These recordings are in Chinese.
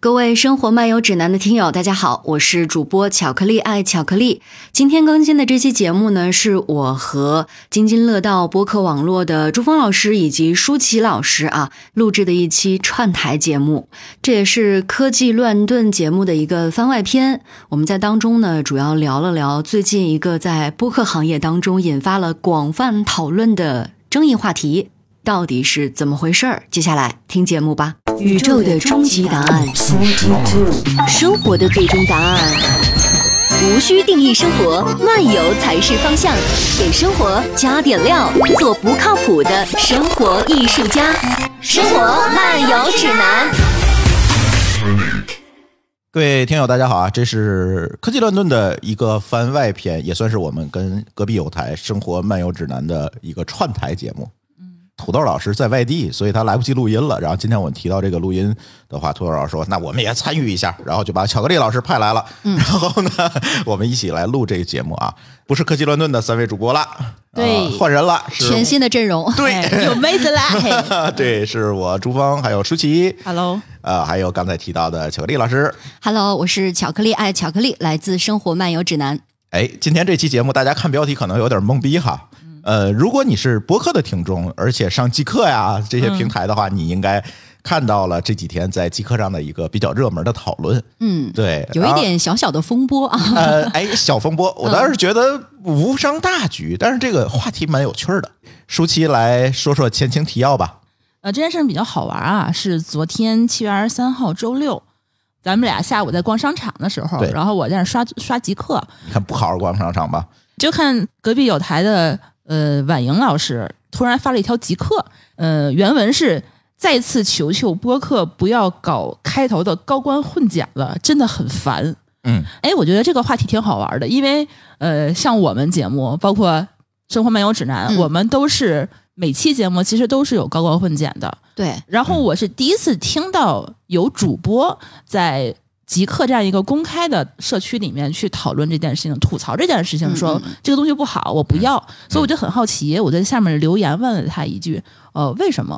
各位《生活漫游指南》的听友，大家好，我是主播巧克力爱巧克力。今天更新的这期节目呢，是我和津津乐道播客网络的朱峰老师以及舒淇老师啊录制的一期串台节目，这也是科技乱炖节目的一个番外篇。我们在当中呢，主要聊了聊最近一个在播客行业当中引发了广泛讨论的争议话题。到底是怎么回事儿？接下来听节目吧。宇宙的终极答案，生活的最终答案，无需定义生活，漫游才是方向。给生活加点料，做不靠谱的生活艺术家。生活漫游指南。各位听友，大家好啊！这是科技乱炖的一个番外篇，也算是我们跟隔壁有台《生活漫游指南》的一个串台节目。土豆老师在外地，所以他来不及录音了。然后今天我们提到这个录音的话，土豆老师说：“那我们也参与一下。”然后就把巧克力老师派来了。嗯然后呢，我们一起来录这个节目啊，不是科技乱炖的三位主播啦，对啊换人了，是全新的阵容，哎有妹子啦！ 嘿 对，是我朱芳，还有舒淇， Hello，呃，还有刚才提到的巧克力老师。 Hello，我是巧克力爱巧克力，来自《生活漫游指南》。哎，今天这期节目大家看标题可能有点懵逼哈。呃，如果你是播客的听众，而且上极客呀这些平台的话，你应该看到了这几天在极客上的一个比较热门的讨论。嗯，对，有一然后点小小的风波啊。呃，哎，小风波，我倒是觉得无伤大局，但是这个话题蛮有趣儿的。舒淇来说说前情提要吧。呃，这件事儿比较好玩啊，是昨天七月二十三号周六，咱们俩下午在逛商场的时候对，然后我在那儿刷刷极客，你看，不好好逛商场吧，就看隔壁有台的呃婉莹老师突然发了一条极客，呃，原文是。再次求求播客不要搞开头的高官混剪了，真的很烦。嗯，哎，我觉得这个话题挺好玩的，因为呃，像我们节目，包括《生活漫游指南》嗯我们都是每期节目其实都是有高光混剪的。 对，然后我是第一次听到有主播在极客这样一个公开的社区里面去讨论这件事情，吐槽这件事情，说这个东西不好，我不要。所以我就很好奇，我在下面留言问了他一句：“呃，为什么？”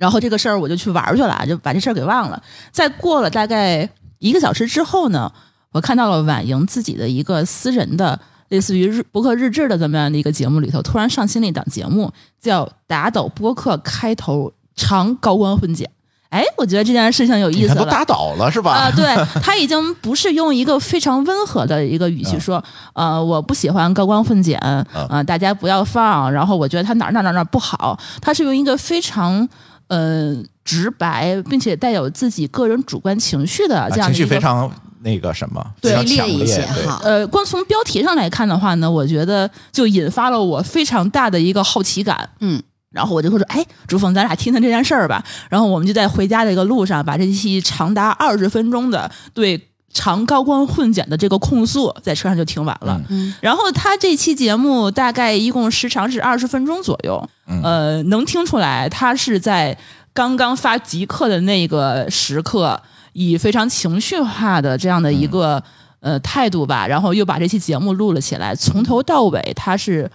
然后这个事儿我就去玩儿去了，就把这事儿给忘了。再过了大概一个小时之后呢，我看到了婉莹自己的一个私人的类似于日博客日志的这么样的一个节目里头，突然上新了一档节目，叫《打倒播客开头长高官混剪》。哎，我觉得这件事情有你意思看都了。打倒了是吧？啊、对他已经不是用一个非常温和的一个语啊气说，呃，我不喜欢高光混剪，啊、大家不要放，然后我觉得他哪儿哪儿哪儿哪儿不好，他是用一个非常呃直白，并且带有自己个人主观情绪的啊这情样的一绪个非常那个什么，非激常强烈烈一些对哈。呃，光从标题上来看的话呢，我觉得就引发了我非常大的一个好奇感。嗯，然后我就会说，哎，朱峰，咱俩听听这件事儿吧。然后我们就在回家的一个路上，把这期长达二十分钟的对长高光混剪的这个控诉，在车上就听完了。嗯然后他这期节目大概一共时长是二十分钟左右，呃，能听出来他是在刚刚发极客的那个时刻，以非常情绪化的这样的一个、呃态度吧，然后又把这期节目录了起来，从头到尾他是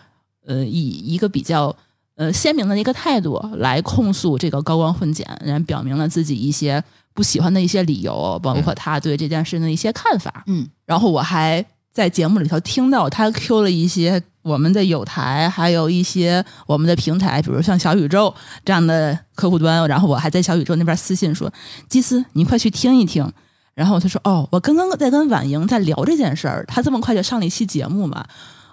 呃以一个比较。呃，鲜明的一个态度来控诉这个高光混剪，然后表明了自己一些不喜欢的一些理由，包括他对这件事情的一些看法。嗯，然后我还在节目里头听到他 Q 了一些我们的友台，还有一些我们的平台，比如像小宇宙这样的客户端。然后我还在小宇宙那边私信说：“基斯，你快去听一听。”然后他说：“哦，我刚刚在跟婉莹在聊这件事儿，她这么快就上了一期节目嘛。”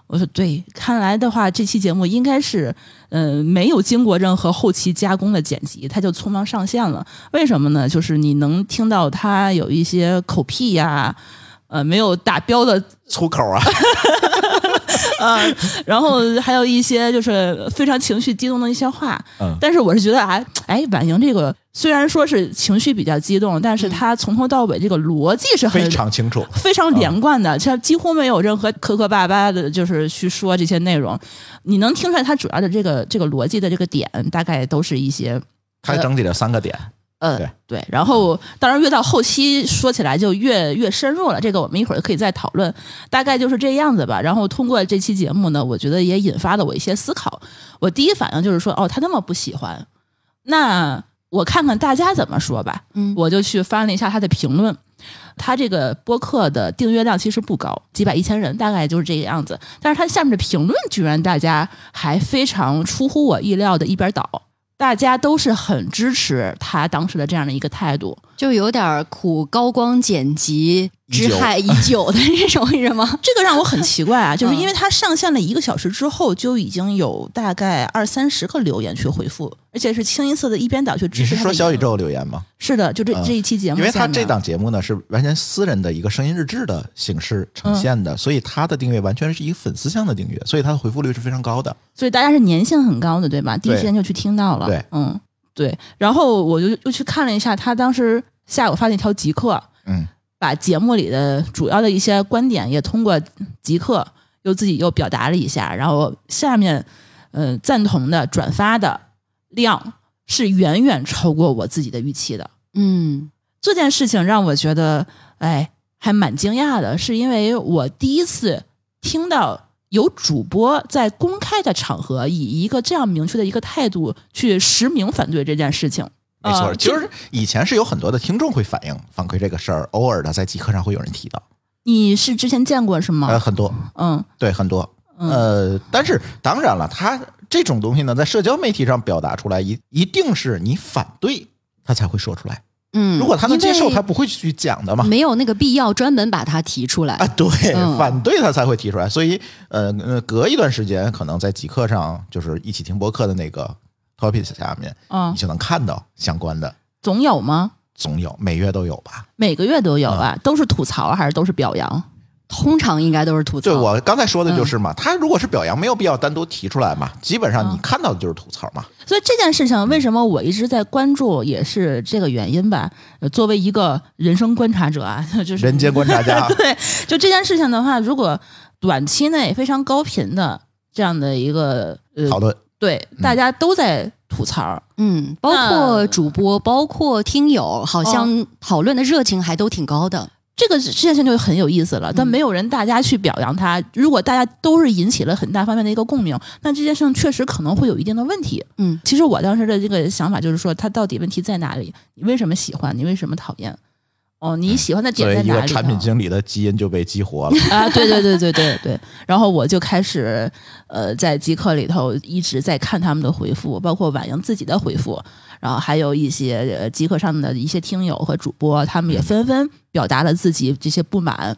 我说：“对，看来的话，这期节目应该是，嗯、没有经过任何后期加工的剪辑，它就匆忙上线了。为什么呢？就是你能听到它有一些口癖呀、呃，没有打标的粗口啊， 然后还有一些就是非常情绪激动的一些话。嗯但是我是觉得啊，哎，婉莹这个虽然说是情绪比较激动，但是她从头到尾这个逻辑是很嗯非常清楚。非常连贯的，她几乎没有任何磕磕巴巴的，就是去说这些内容。你能听出来她主要的这个这个逻辑的这个点，大概都是一些他整理了三个点，呃，对对，然后当然越到后期说起来就越越深入了，这个我们一会儿可以再讨论，大概就是这样子吧。然后通过这期节目呢，我觉得也引发了我一些思考。我第一反应就是说，哦，他那么不喜欢，那我看看大家怎么说吧。嗯我就去翻了一下他的评论，他这个播客的订阅量其实不高，几百一千人，大概就是这个样子。但是他下面的评论居然大家还非常出乎我意料的一边倒，大家都是很支持他当时的这样的一个态度。就有点苦高光剪辑已之久害已久的这种人吗？这个让我很奇怪啊，就是嗯因为它上线了一个小时之后，就已经有大概二三十个留言去回复，而且是清一色的一边倒去支你是持他。说小宇？宙留言吗？是的，就这、嗯这一期节目因下为面，他这档节目呢是完全私人的一个声音日志的形式呈现的，所以他的订阅完全是一个粉丝向的订阅，所以他的回复率是非常高的。所以大家是粘性很高的，对吧？第一对时间就去听到了。对嗯，对。然后我就又去看了一下，他当时下午发那条啊极客，嗯，把节目里的主要的一些观点也通过极客又自己又表达了一下，然后下面呃赞同的转发的量是远远超过我自己的预期的。嗯这件事情让我觉得，哎，还蛮惊讶的，是因为我第一次听到有主播在公开的场合以一个这样明确的一个态度去实名反对这件事情。没错，呃其这实以前是有很多的听众会反映反馈这个事儿，偶尔的在极客上会有人提到，你是之前见过是呃，吗？很多，嗯对，很多。嗯呃，但是当然了，他这种东西呢，在社交媒体上表达出来，一一定是你反对他才会说出来。嗯，如果他能接受，因为他不会去讲的嘛。没有那个必要专门把它提出来。啊，对，嗯反对他才会提出来。所以，呃，呃隔一段时间，可能在极客上，就是一起听播客的那个 topic 下面，嗯你，就能看到相关的，总有吗？总有每月都有嗯吧。每个月都有啊，都是吐槽还是都是表扬？通常应该都是吐槽。对我刚才说的就是嗯嘛，他如果是表扬，没有必要单独提出来嘛。基本上你看到的就是吐槽嘛。所以这件事情为什么我一直在关注，也是这个原因吧。呃作为一个人生观察者啊， 就是人间观 察家对，就这件事情的话，如果短期内非常高频的这样的一个呃 讨，论，对，嗯大家都在吐槽，嗯，包括主播，包括听友，好哦像讨论的热情还都挺高的。这个这件事情就很有意思嗯了，但没有人大家去表扬他。如果大家都是引起了很大方面的一个共鸣，那这件事情确实可能会有一定的问题。嗯，其实我当时的这个想法就是说，它到底问题在哪里？你为什么喜欢？你为什么讨厌？哦，你喜欢的作点为在一哪个里呢？产品经理的基因就被激活了。 啊，对对对对对对。然后我就开始呃，在极客里头一直在看他们的回复，包括婉莹自己的回复，然后还有一些呃极客上的一些听友和主播，他们也纷纷表达了自己这些不满。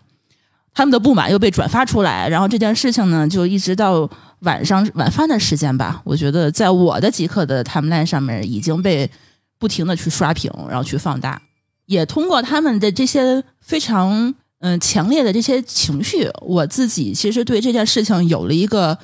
他们的不满又被转发出来，然后这件事情呢，就一直到晚上晚饭的时间吧，我觉得在我的极客的 timeline 上面已经被不停的去刷屏，然后去放大，也通过他们的这些非常嗯、强烈的这些情绪，我自己其实对这件事情有了一个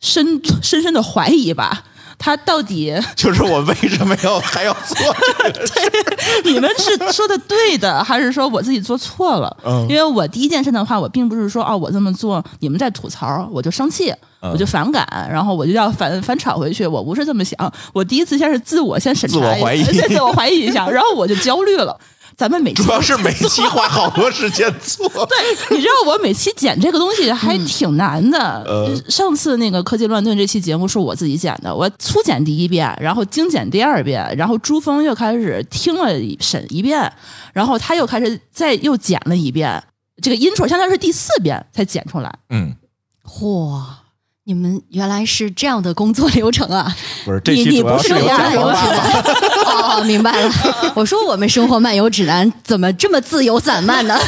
深深深的怀疑吧。 他到底就是我为什么要还要做这个？你们是说的对的，还是说我自己做错了？嗯因为我第一件事的话，我并不是说哦，我这么做你们在吐槽，我就生气，嗯我就反感，然后我就要反反吵回去。我不是这么想，我第一次先是自我 先审查自我怀疑一下对自我怀疑一下，然后我就焦虑了。咱们每期主要是 每期花好多时间 做。你知道我每期剪这个东西还挺难的。嗯呃上次那个科技乱炖这期节目是我自己剪的，我粗剪第一遍，然后精剪第二遍，然后朱峰又开始听了一审一遍，然后他又开始再又剪了一遍。这个 intro 相当于是第四遍才剪出来，嗯，嚯，你们原来是这样的工作流程啊！不是这你期你主要不是由有甲漫游方指爸爸。南？ 哦，明白了。嗯我说我们生活漫游指南怎么这么自由散漫呢？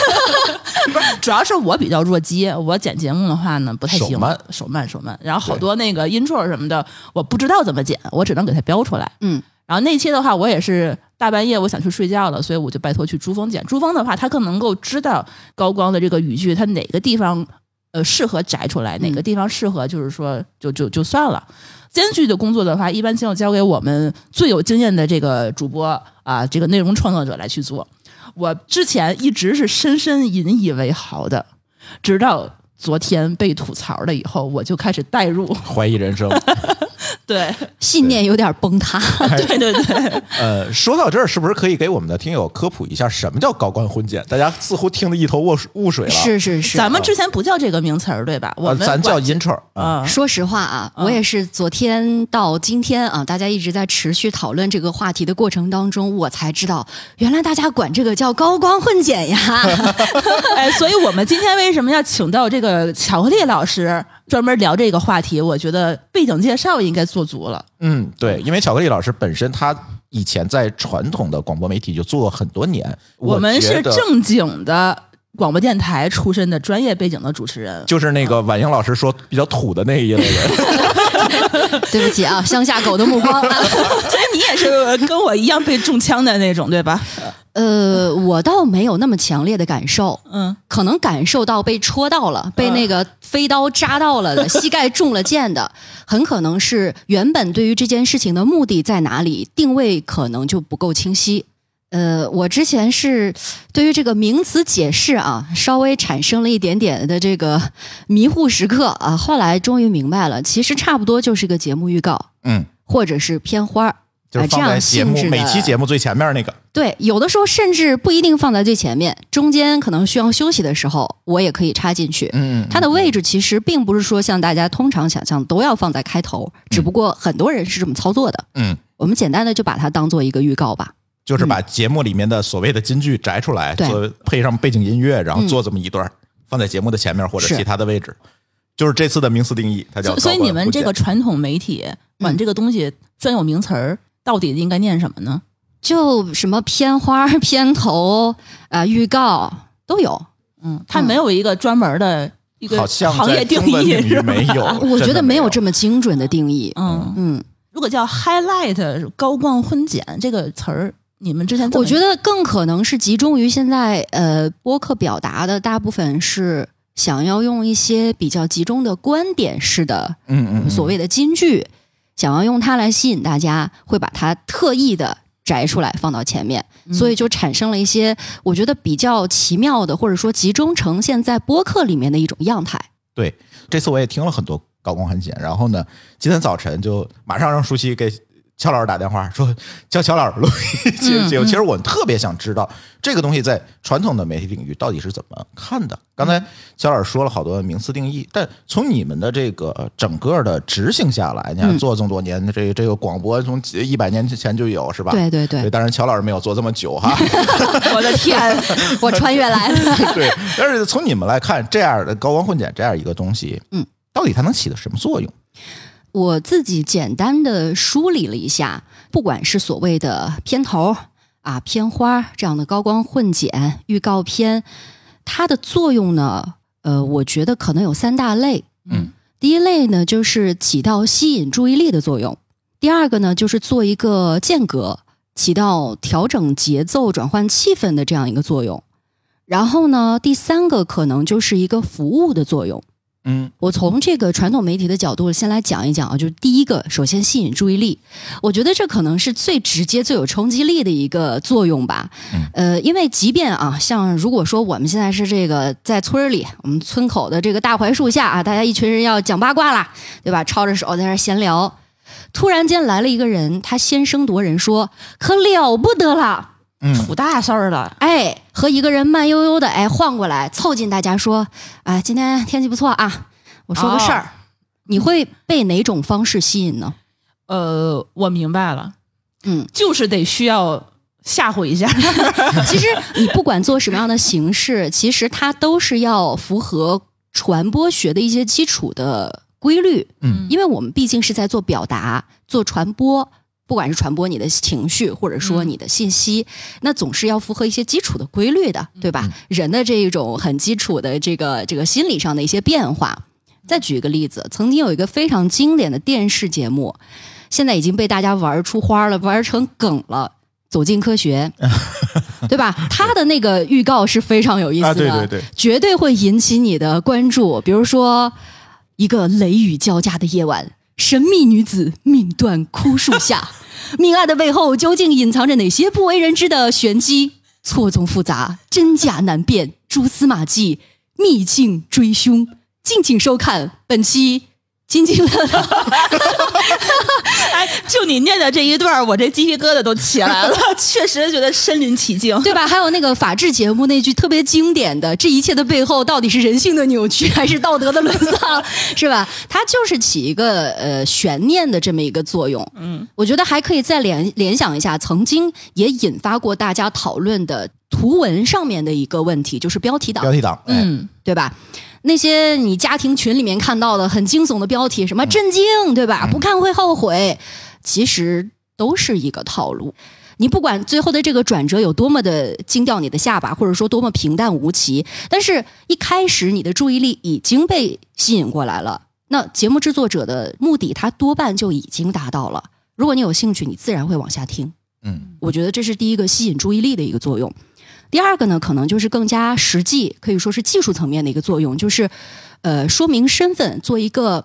不是，主要是我比较弱鸡，我剪节目的话呢不太行，手慢手慢手慢然后好多那个 intro 什么的，我不知道怎么剪，我只能给它标出来。嗯，然后那期的话，我也是大半夜我想去睡觉了，所以我就拜托去珠峰剪。珠峰的话，他更能够知道高光的这个语句，它哪个地方呃适合摘出来，哪个地方适合就是说就就就算了。艰巨的工作的话，一般就交给我们最有经验的这个主播啊，这个内容创作者来去做。我之前一直是深深引以为豪的，直到昨天被吐槽了以后，我就开始代入。怀疑人生， 对信念有点崩塌。对对对，呃，说到这儿，是不是可以给我们的听友科普一下什么叫搞冠婚检？大家似乎听得一头雾水雾水了。是是是，咱们之前不叫这个名词儿，对吧？我呃，们啊咱叫管 intro 啊，啊，说实话啊，我也是昨天到今天啊，大家一直在持续讨论这个话题的过程当中，我才知道，原来大家管这个叫高光混剪呀。哎，所以我们今天为什么要请到这个巧克力老师专门聊这个话题？我觉得背景介绍应该做足了。嗯，对，因为巧克力老师本身他以前在传统的广播媒体就做过很多年，我们觉是得正经的广播电台出身的专业背景的主持人，就是那个婉莹老师说比较土的那一类人，对不起啊，乡下狗的目光、啊。 所以你也是跟我一样被中枪的那种，对吧？呃，我倒没有那么强烈的感受，嗯，可能感受到被戳到了，被那个飞刀扎到了的，膝盖中了箭的，很可能是原本对于这件事情的目的在哪里定位可能就不够清晰。呃，我之前是对于这个名词解释啊，稍微产生了一点点的这个迷糊时刻啊，后来终于明白了，其实差不多就是个节目预告，嗯，或者是片花儿，就是啊这放在样节性目质每的期节目最前面那个，对，有的时候甚至不一定放在最前面，中间可能需要休息的时候，我也可以插进去。嗯，它的位置其实并不是说像大家通常想象都要放在开头，只不过很多人是这么操作的。嗯，我们简单的就把它当做一个预告吧。就是嗯把节目里面的所谓的金句摘出来，对做配上背景音乐，嗯然后做这么一段，放在节目的前面或者是其他的位置。就是这次的名词定义，它叫所所以高你管们互这鉴个传统媒体管这个东西专有名词儿，到底应该念什么呢？就什么片花、 片头啊、呃预告都有。嗯，它没有一个专门的一个好像行业在定中文义领域是吧没有， 我觉真得的没没有这么精准的定义。嗯，嗯，如果叫 highlight 高光婚检这个词儿，你们之前怎我么觉得更可能是集中于现在呃播客表达的大部分是想要用一些比较集中的观点式的嗯嗯嗯所谓的金句，想要用它来吸引大家，会把它特意的摘出来放到前面，所以就产生了一些我觉得比较奇妙的，或者说集中呈现在播客里面的一种样态。对，这次我也听了很多高光很简，然后呢，今天早晨就马上让舒淇给乔老师打电话说叫乔老师录一嗯期节目。其实我特别想知道这个东西在传统的媒体领域到底是怎么看的。刚嗯才乔老师说了好多名词定义，但从你们的这个整个的执行下来，你嗯看做这么多年，这这个广播从一百年之前就有是吧？对对对当然乔老师没有做这么久 哈。我的天， 我穿越来了。 对，但是从你们来看，这样的高光混剪这样一个东西，嗯，到底它能起到什么作用？我自己简单的梳理了一下，不管是所谓的片头啊、片花这样的高光混剪、预告片，它的作用呢，呃，我觉得可能有三大类。嗯，第一类呢，就是起到吸引注意力的作用；第二个呢，就是做一个间隔，起到调整节奏、转换气氛的这样一个作用。然后呢，第三个可能就是一个服务的作用。嗯，我从这个传统媒体的角度先来讲一讲啊，就是第一个，首先吸引注意力，我觉得这可能是最直接、最有冲击力的一个作用吧。呃，因为即便啊，像如果说我们现在是这个在村儿里，我们村口的这个大槐树下啊，大家一群人要讲八卦啦，对吧？抄着手在那儿闲聊，突然间来了一个人，他先声夺人说：“可了不得了！”嗯出大事儿了？哎，和一个人慢悠悠的哎晃过来，凑近大家说，哎，今天天气不错啊，我说个事儿，哦你会被哪种方式吸引呢？ 呃，我明白了，嗯，就是得需要吓唬 一下。其实你不管做什么样的形式，其实它都是要符合传播学的一些基础的规律。嗯，因为我们毕竟是在做表达、做传播，不管是传播你的情绪，或者嗯说你的信息，那总是要符合一些基础的规律的，嗯对吧？人的这一种很基础的这个这个心理上的一些变化。再举一个例子，曾经有一个非常经典的电视节目，现在已经被大家玩出花了，玩成梗了。走进科学，对 吧？它的那个预告是非常有意思的，啊对对对绝对会引起你的关注。比如说，一个雷雨交加的夜晚，神秘女子命断枯树下，命案的背后究竟隐藏着哪些不为人知的玄机？错综复杂，真假难辨，蛛丝马迹，秘境追凶。敬请收看本期《津津乐道。哎，就你念的这一段儿，我这鸡皮疙瘩都起来了， 确实觉得身临其境。对吧？还有那个法制节目那句特别经典的：“这一切的背后到底是人性的扭曲，还是道德的沦丧？” 是吧？它就是起一个呃悬念的这么一个作用。嗯，我觉得还可以再联联想一下，曾经也引发过大家讨论的图文上面的一个问题，就是标题党。标题党，哎，嗯，对吧？那些你家庭群里面看到的很惊悚的标题，什么震惊，对吧？不看会后悔，其实都是一个套路。你不管最后的这个转折有多么的惊掉你的下巴，或者说多么平淡无奇，但是一开始你的注意力已经被吸引过来了。那节目制作者的目的，他多半就已经达到了。如果你有兴趣，你自然会往下听。嗯，我觉得这是第一个吸引注意力的一个作用。第二个呢，可能就是更加实际，可以说是技术层面的一个作用，就是呃说明身份，做一个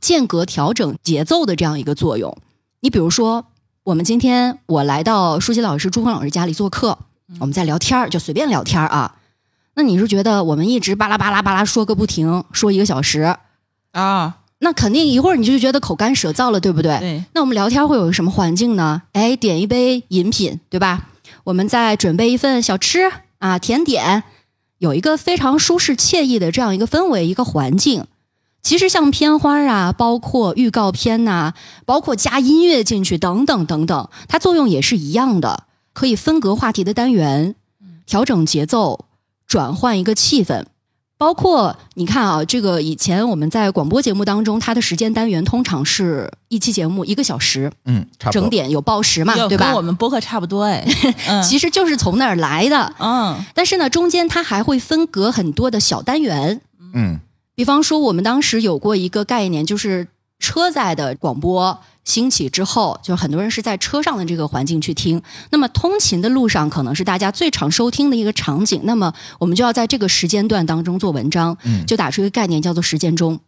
间隔调整节奏的这样一个作用。你比如说，我们今天我来到舒淇老师、朱峰老师家里做客，我们在聊天儿，就随便聊天儿啊。那你是觉得我们一直巴拉巴拉巴拉说个不停，说一个小时，啊，那肯定一会儿你就觉得口干舌燥了，对不对？对，那我们聊天会有什么环境呢？哎，点一杯饮品，对吧？我们再准备一份小吃啊，甜点，有一个非常舒适惬意的这样一个氛围，一个环境。其实像片花啊，包括预告片呐、包括加音乐进去等等等等，它作用也是一样的，可以分隔话题的单元，调整节奏，转换一个气氛。包括你看啊，这个以前我们在广播节目当中，它的时间单元通常是一期节目一个小时，嗯，差不整多。点有报时嘛，要对跟吧我？们播客差不多哎。嗯其实就是从那儿来的。嗯但是呢，中间它还会分隔很多的小单元，嗯，比方说我们当时有过一个概念，就是车载的广播兴起之后，就很多人是在车上的这个环境去听。那么通勤的路上可能是大家最常收听的一个场景，那么我们就要在这个时间段当中做文章，嗯就打出一个概念叫做时间钟。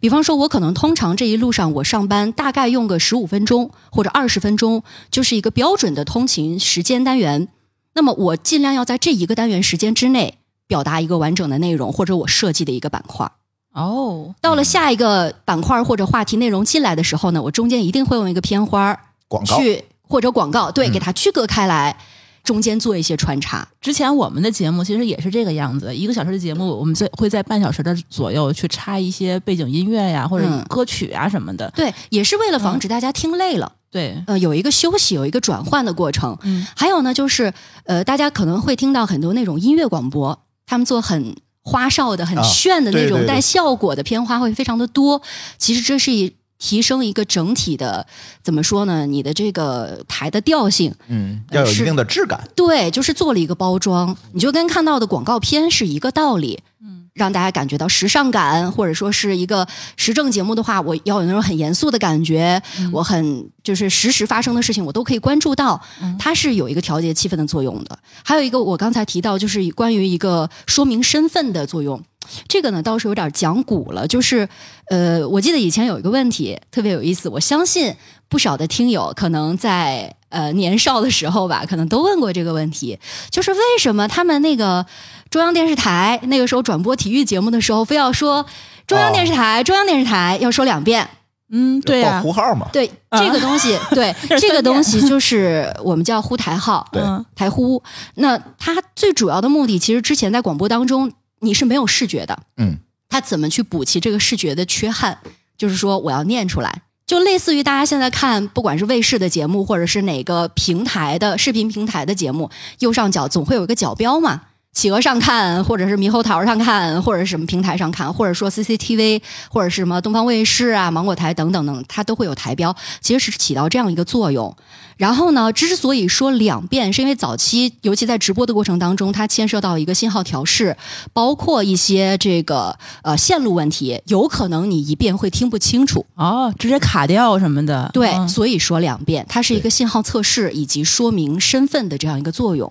比方说，我可能通常这一路上我上班大概用个十五分钟或者二十分钟，就是一个标准的通勤时间单元。那么我尽量要在这一个单元时间之内表达一个完整的内容，或者我设计的一个板块。哦，到了下一个板块或者话题内容进来的时候呢，我中间一定会用一个片花儿广告，去或者广告，对，嗯给它区隔开来，中间做一些穿插。之前我们的节目其实也是这个样子，一个小时的节目，我们最会在半小时的左右去插一些背景音乐呀，或者嗯歌曲啊什么的。对，也是为了防止大家听累了，对，嗯呃，有一个休息，有一个转换的过程。嗯，还有呢，就是呃，大家可能会听到很多那种音乐广播，他们做很花哨的、很啊炫的那对对种对带效果的片花会非常的多。其实这是一提升一个整体的怎么说呢？你的这个台的调性，嗯，要有一是定的质感。对，就是做了一个包装，你就跟看到的广告片是一个道理。嗯，让大家感觉到时尚感，或者说是一个时政节目的话，我要有那种很严肃的感觉，我很就是实时发生的事情，我都可以关注到，它是有一个调节气氛的作用的。还有一个我刚才提到，就是关于一个说明身份的作用，这个呢倒是有点讲古了，就是呃，我记得以前有一个问题特别有意思，我相信不少的听友可能在呃年少的时候吧，可能都问过这个问题，就是为什么他们那个中央电视台那个时候转播体育节目的时候，非要说中央电视台、中央电视台要说两遍？嗯，对报呀、呼号嘛，对，啊这个东西，嗯 对这是这个三遍东西就是我们叫呼台号，对嗯台呼。那它最主要的目的，其实之前在广播当中你是没有视觉的，嗯，它怎么去补齐这个视觉的缺憾？就是说我要念出来，就类似于大家现在看，不管是卫视的节目，或者是哪个平台的视频平台的节目，右上角总会有一个角标嘛。企鹅上看，或者是猕猴桃上看，或者是什么平台上看，或者说 CCTV，或者是什么东方卫视啊、芒果台等等等，它都会有台标，其实是起到这样一个作用。然后呢，之所以说两遍，是因为早期，尤其在直播的过程当中，它牵涉到一个信号调试，包括一些这个呃线路问题，有可能你一遍会听不清楚。哦，直接卡掉什么的。对，嗯所以说两遍，它是一个信号测试以及说明身份的这样一个作用。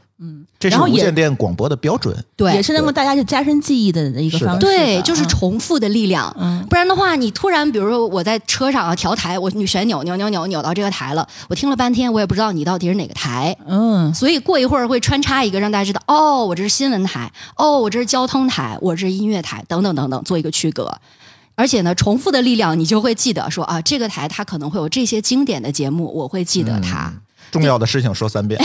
这是然后无也线电广播的标准。对，也是能够大家去加深记忆的一个是的方式吧。对，就是嗯重复的力量。嗯不然的话，你突然比如说我在车上啊调台，我旋钮扭扭扭扭到这个台了，我听了半天，我也不知道你到底是哪个台。嗯，所以过一会儿会穿插一个，让大家知道哦，我这是新闻台，哦，我这是交通台，我这是音乐台，等等等等，做一个区隔。而且呢，重复的力量，你就会记得说啊，这个台它可能会有这些经典的节目，我会记得它。重要的事情 说三遍，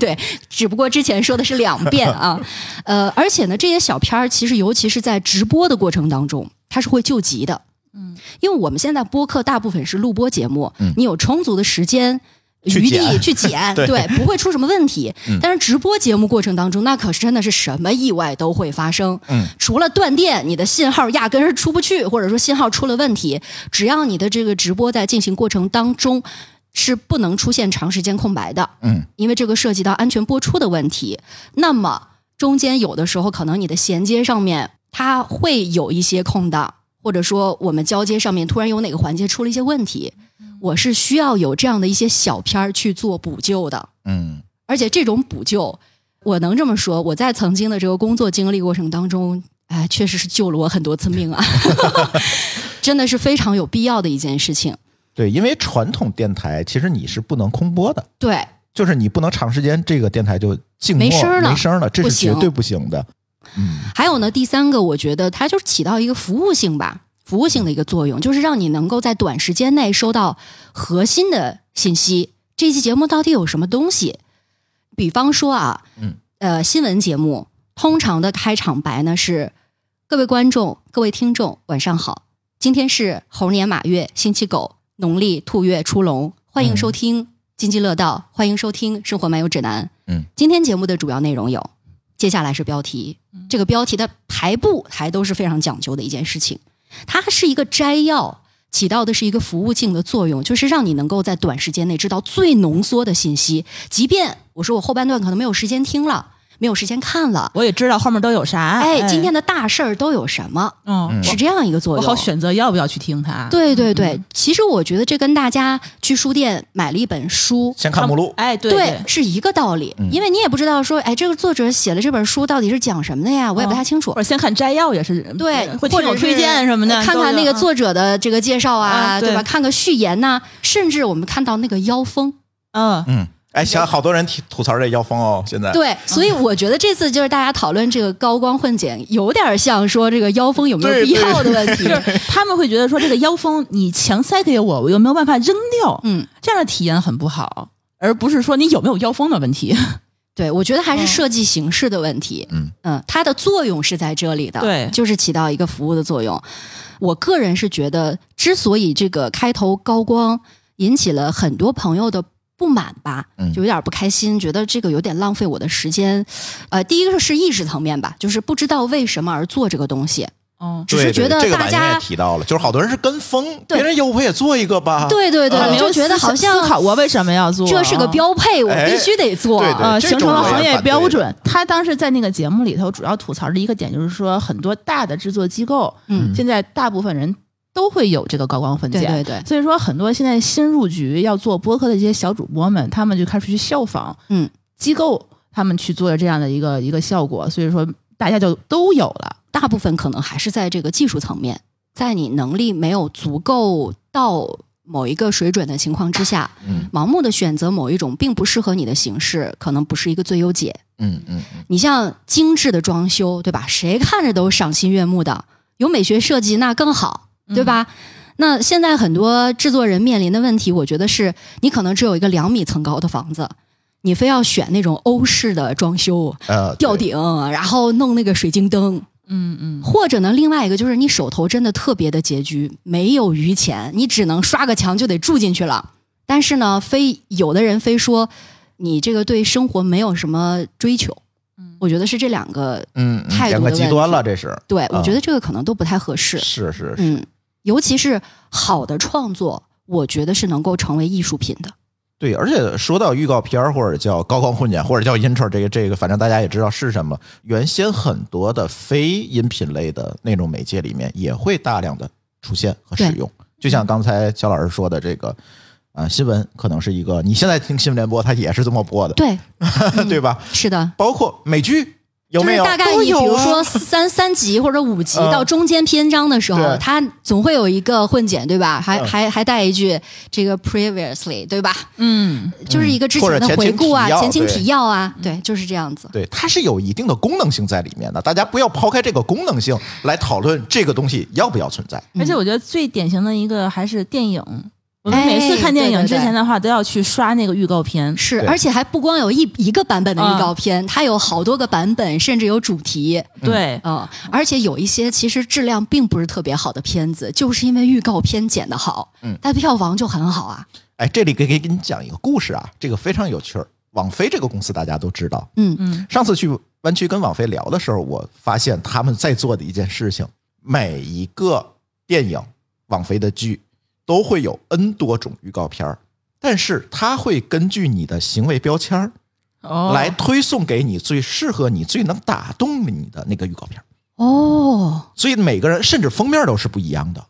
对，只不过之前说的是两遍啊，呃，而且呢，这些小片儿其实尤其是在直播的过程当中，它是会救急的，嗯，因为我们现在播客大部分是录播节目，你有充足的时间。嗯去余地剪去剪， 对嗯对，不会出什么问题。但是直播节目过程当中，那可是真的是什么意外都会发生。嗯除了断电，你的信号压根儿出不去，或者说信号出了问题，只要你的这个直播在进行过程当中是不能出现长时间空白的。嗯，因为这个涉及到安全播出的问题，那么中间有的时候可能你的衔接上面它会有一些空档，或者说我们交接上面突然有哪个环节出了一些问题，我是需要有这样的一些小片儿去做补救的。嗯而且这种补救，我能这么说，我在曾经的这个工作经历过程当中，哎，确实是救了我很多次命啊， 真的是非常有必要的一件事情。对，因为传统电台其实你是不能空播的，对，就是你不能长时间这个电台就静默没声儿了没声儿了，这不是绝行对不行的。嗯，还有呢，第三个，我觉得它就是起到一个服务性吧，服务性的一个作用，就是让你能够在短时间内收到核心的信息。这期节目到底有什么东西？比方说啊，嗯，呃，新闻节目通常的开场白呢是：各位观众、各位听众，晚上好，今天是猴年马月，星期狗，农历兔月出笼，欢嗯迎收听津津乐道，欢迎收听生活漫游指南。嗯，今天节目的主要内容有，接下来是标题，这个标题的排布还都是非常讲究的一件事情，它是一个摘要。起到的是一个服务性的作用，就是让你能够在短时间内知道最浓缩的信息。即便我说我后半段可能没有时间听了，没有时间看了，我也知道后面都有啥。哎，今天的大事儿都有什么？嗯，是这样一个作我用。好选嗯择要不要去听它。，对对对，其实我觉得这跟大家去书店买了一本书。先看目录，哎，对嗯对，是一个道理，因为你也不知道说，哎，这个作者写了这本书到底是讲什么的呀？我也不太清楚或。者先看摘要也是，对，会听或者我是推荐什么的，看都看有那个嗯作者的这个介绍啊，啊对吧？对看个序言呐、甚至我们看到那个妖风，嗯，嗯，哎，想好多人提吐槽这妖风哦，现在对，所以我觉得这次就是大家讨论这个高光混剪，有点像说这个妖风有没有对必对要的问题。 就是他们会觉得说这个妖风你强塞给我，我又没有办法扔掉，嗯，这样的体验很不好，而不是说你有没有妖风的问题。对，我觉得嗯还是设计形式的问题。嗯它的作用是在这里的，对就是起到一个服务的作用。我个人是觉得，之所以这个开头高光引起了很多朋友的不满吧，嗯就有点不开心，觉得这个有点浪费我的时间。呃，第一个是意识层面吧，就是不知道为什么而做这个东西，哦，只是对觉对得这个大晚上 家也。提到了，就是好多人是跟风，对别人有我也做一个吧。对对对，啊没有就觉得思好像思考过为啊什么要做，这是个标配，我哎必须得做。啊对对呃，这形成种了我也行业反对标准。他当时在那个节目里头，主要吐槽的一个点就是说，很多大的制作机构，嗯现在大部分人都会有这个高光分对解。对对，所以说，很多现在新入局要做播客的这些小主播们，他们就开始去效仿，嗯，机构他们去做的这样的一个一个效果，所以说大家就都有了。大部分可能还是在这个技术层面，在你能力没有足够到某一个水准的情况之下，嗯盲目的选择某一种并不适合你的形式，可能不是一个最优解。嗯嗯嗯，你像精致的装修，对吧？谁看着都赏心悦目的，有美学设计那更好，对吧？那现在很多制作人面临的问题，我觉得是你可能只有一个两米层高的房子，你非要选那种欧式的装修，呃，吊对顶，然后弄那个水晶灯，嗯嗯，或者呢，另外一个就是你手头真的特别的拮据，没有余钱，你只能刷个墙就得住进去了。但是呢，非有的人非说你这个对生活没有什么追求，我觉得是这两个，嗯，嗯态度两的问个极端了，这是对啊我觉得这个可能都不太合适。是是是，嗯，尤其是好的创作，我觉得是能够成为艺术品的。对。而且说到预告片儿或者叫高光混剪或者叫 intro 这个这个，反正大家也知道是什么。原先很多的非音频类的那种媒介里面也会大量的出现和使对用，就像刚才肖老师说的这个。啊、新闻可能是一个，你现在听新闻联播，它也是这么播的，对， 对吧？是的，包括美剧有就没是有？大概都你比有如啊说三三级或者五级嗯到中间篇章的时候对，它总会有一个混剪，对吧？还嗯还还带一句这个 previously，对吧？嗯，就是一个之前或者的前回情顾啊提，要前情对提要啊，对，就是这样子。对，它是有一定的功能性在里面的，大家不要抛开这个功能性来讨论这个东西要不要存在。而且我觉得最典型的一个还是电影。我们每次哎看电对对影对之前的话，都要去刷那个预告片。是，对嗯而且还不光有一一个版本的预告片，它有好多个版本，甚至有主题对，啊、而且有一些其实质量并不是特别好的片子，就是因为预告片剪得好，嗯但票房就很好啊。哎，这里给给给你讲一个故事啊，这个非常有趣儿。网飞这个公司大家都知道，嗯嗯，上次去湾区跟网飞聊的时候，我发现他们在做的一件事情，每一个电影、网飞的剧都会有 N 多种预告片儿，但是它会根据你的行为标签儿哦，来推送给你最适合你、最能打动你的那个预告片儿。哦，所以每个人甚至封面都是不一样的，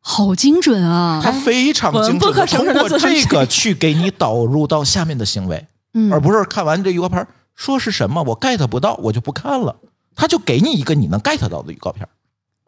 好精准啊！它非常嗯哎我们精不准可的承通认的过做成这这个去给你导入到下面的行为。嗯而不是看完这预告片儿说是什么我 get 不到，我就不看了。他就给你一个你能 get 到的预告片儿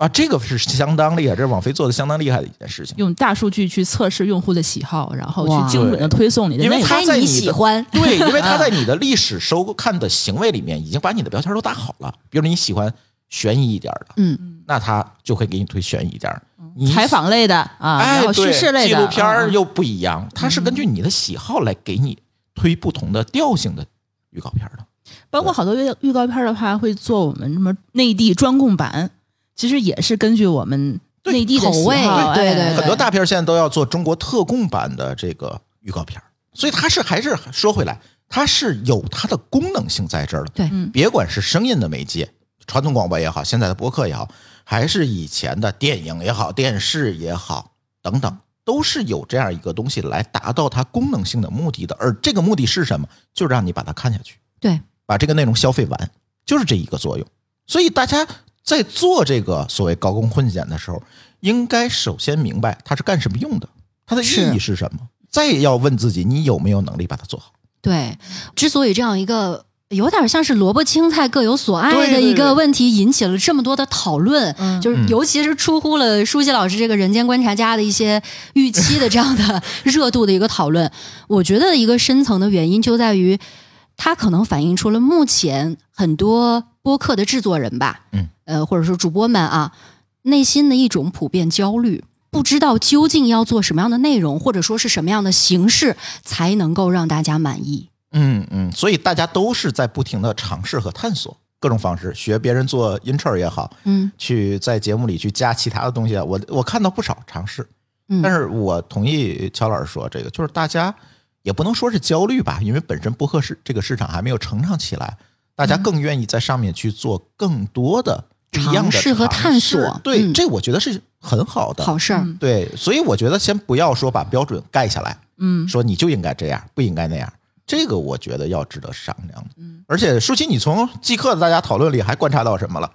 啊，这个是相当厉害，这是网飞做的相当厉害的一件事情。用大数据去测试用户的喜好，然后哇去精准的推送你嗯的因内为容。他猜在你你喜的欢 对，因为他在你的历史收看的行为里面已经把你的标签都打好了。比如你喜欢悬疑一点儿的，嗯，那他就会给你推悬疑一点儿。你采访类的啊，哎然，后叙对事类的纪录片儿嗯又不一样，它是根据你的喜好来给你推不同的调性的预告片儿的。包括好多预预告片的话，会做我们什么内地专供版，其实也是根据我们对内地的口喜味好对对哎对很多大片儿现在都要做中国特供版的这个预告片儿，所以它是还是说回来，它是有它的功能性在这儿的。对嗯别管是声音的媒介，传统广播也好，现在的播客也好，还是以前的电影也好、电视也好等等，都是有这样一个东西来达到它功能性的目的的。而这个目的是什么？就让你把它看下去。对，把这个内容消费完，就是这一个作用。所以大家在做这个所谓高工混剪的时候，应该首先明白它是干什么用的，它的意义是什么，再要问自己你有没有能力把它做好。对。之所以这样一个有点像是萝卜青菜各有所爱对的对一个对问题，引起了这么多的讨论，嗯就是嗯尤其是出乎了舒淇老师这个人间观察家的一些预期的这样的热度的一个讨论。我觉得一个深层的原因就在于，它可能反映出了目前很多播客的制作人吧，嗯，呃，或者说主播们啊，内心的一种普遍焦虑。不知道究竟要做什么样的内容，或者说是什么样的形式，才能够让大家满意。嗯嗯，所以大家都是在不停的尝试和探索各种方式，学别人做 intro 也好，嗯去在节目里去加其他的东西啊。我我看到不少尝试，嗯，但是我同意乔老师说，这个就是大家也不能说是焦虑吧，因为本身播客市这个市场还没有成长起来，大嗯家更愿意在上面去做更多的不一样的尝试和探索尝试对，嗯这我觉得是很好的。好事儿，对，所以我觉得先不要说把标准盖下来，嗯，说你就应该这样，不应该那样。这个我觉得要值得商量的。嗯而且舒淇，你从即刻的大家讨论里还观察到什么了？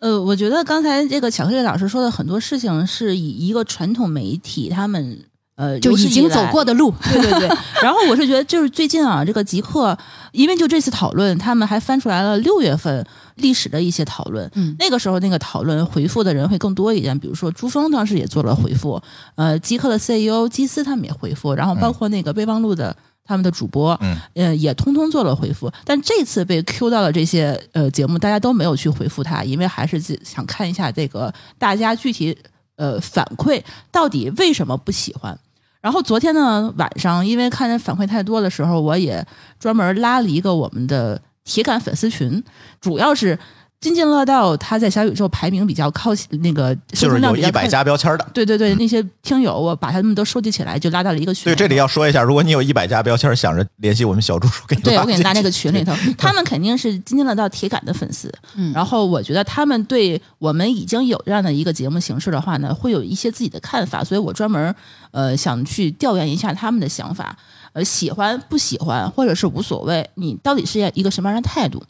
呃，我觉得刚才这个巧克力老师说的很多事情，是以一个传统媒体他们呃就有史已以经走来过的路，对 对对，然后我是觉得，就是最近啊，这个极客，因为就这次讨论，他们还翻出来了六月份历史的一些讨论。嗯那个时候那个讨论回复的人会更多一点，比如说朱峰当时也做了回复，呃，极客的 CEO 基斯他们也回复，然后包括那个备忘录的。他们的主播，嗯，呃，也通通做了回复，但这次被 Q 到的这些呃节目，大家都没有去回复他，因为还是自想看一下这个大家具体呃反馈到底为什么不喜欢。然后昨天呢晚上，因为看见反馈太多的时候，我也专门拉了一个我们的铁杆粉丝群，主要是津津乐道他在小宇宙排名比较靠前那个收就听是量有比较一百靠加标签的。对对对，那些听友我把他们都收集起来，就拉到了一个群。对，这里要说一下，如果你有一百加标签，想着联系我们小助手，给你对我给你进拉那去个群里头，他们肯定是津津乐道铁杆的粉丝。嗯然后我觉得他们对我们已经有这样的一个节目形式的话呢，会有一些自己的看法，所以我专门呃想去调研一下他们的想法，呃喜欢不喜欢或者是无所谓，你到底是一个什么样的态度？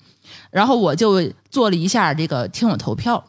然后我就做了一下这个听友投票，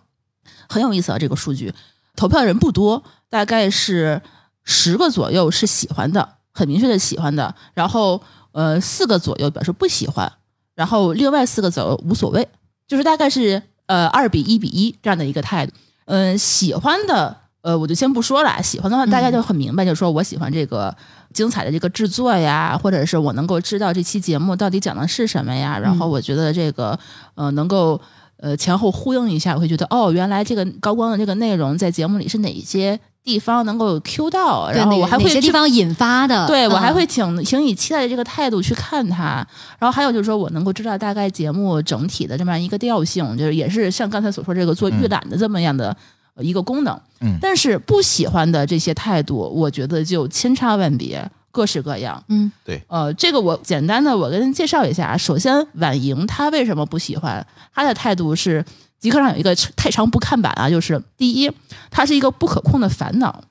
很有意思啊，这个数据，投票人不多，大概是十个左右是喜欢的，很明确的喜欢的，然后呃四个左右表示不喜欢，然后另外四个左右无所谓。就是大概是呃二比一比一这样的一个态度。嗯、喜欢的呃我就先不说了，喜欢的话大家就很明白，就说我喜欢这个精彩的这个制作呀，或者是我能够知道这期节目到底讲的是什么呀，然后我觉得这个呃能够。呃，前后呼应一下，我会觉得哦，原来这个高光的这个内容在节目里是哪些地方能够 Q 到，然后对我哪还会哪些去地方引发的，对我嗯还会挺挺以期待的这个态度去看它。然后还有就是说我能够知道大概节目整体的这么样一个调性，就是也是像刚才所说这个做嗯预览的这么样的呃一个功能。嗯但是不喜欢的这些态度，我觉得就千差万别，各式各样。嗯，对呃，这个我简单的我跟您介绍一下啊。首先，婉莹她为什么不喜欢？她的态度是。极客上有一个太长不看版啊，就是第一，它是一个不可控的烦恼，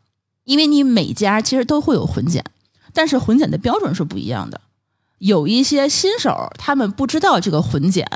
因为你每家其实都会有混剪，但是混剪的标准是不一样的。有一些新手，他们不知道这个混剪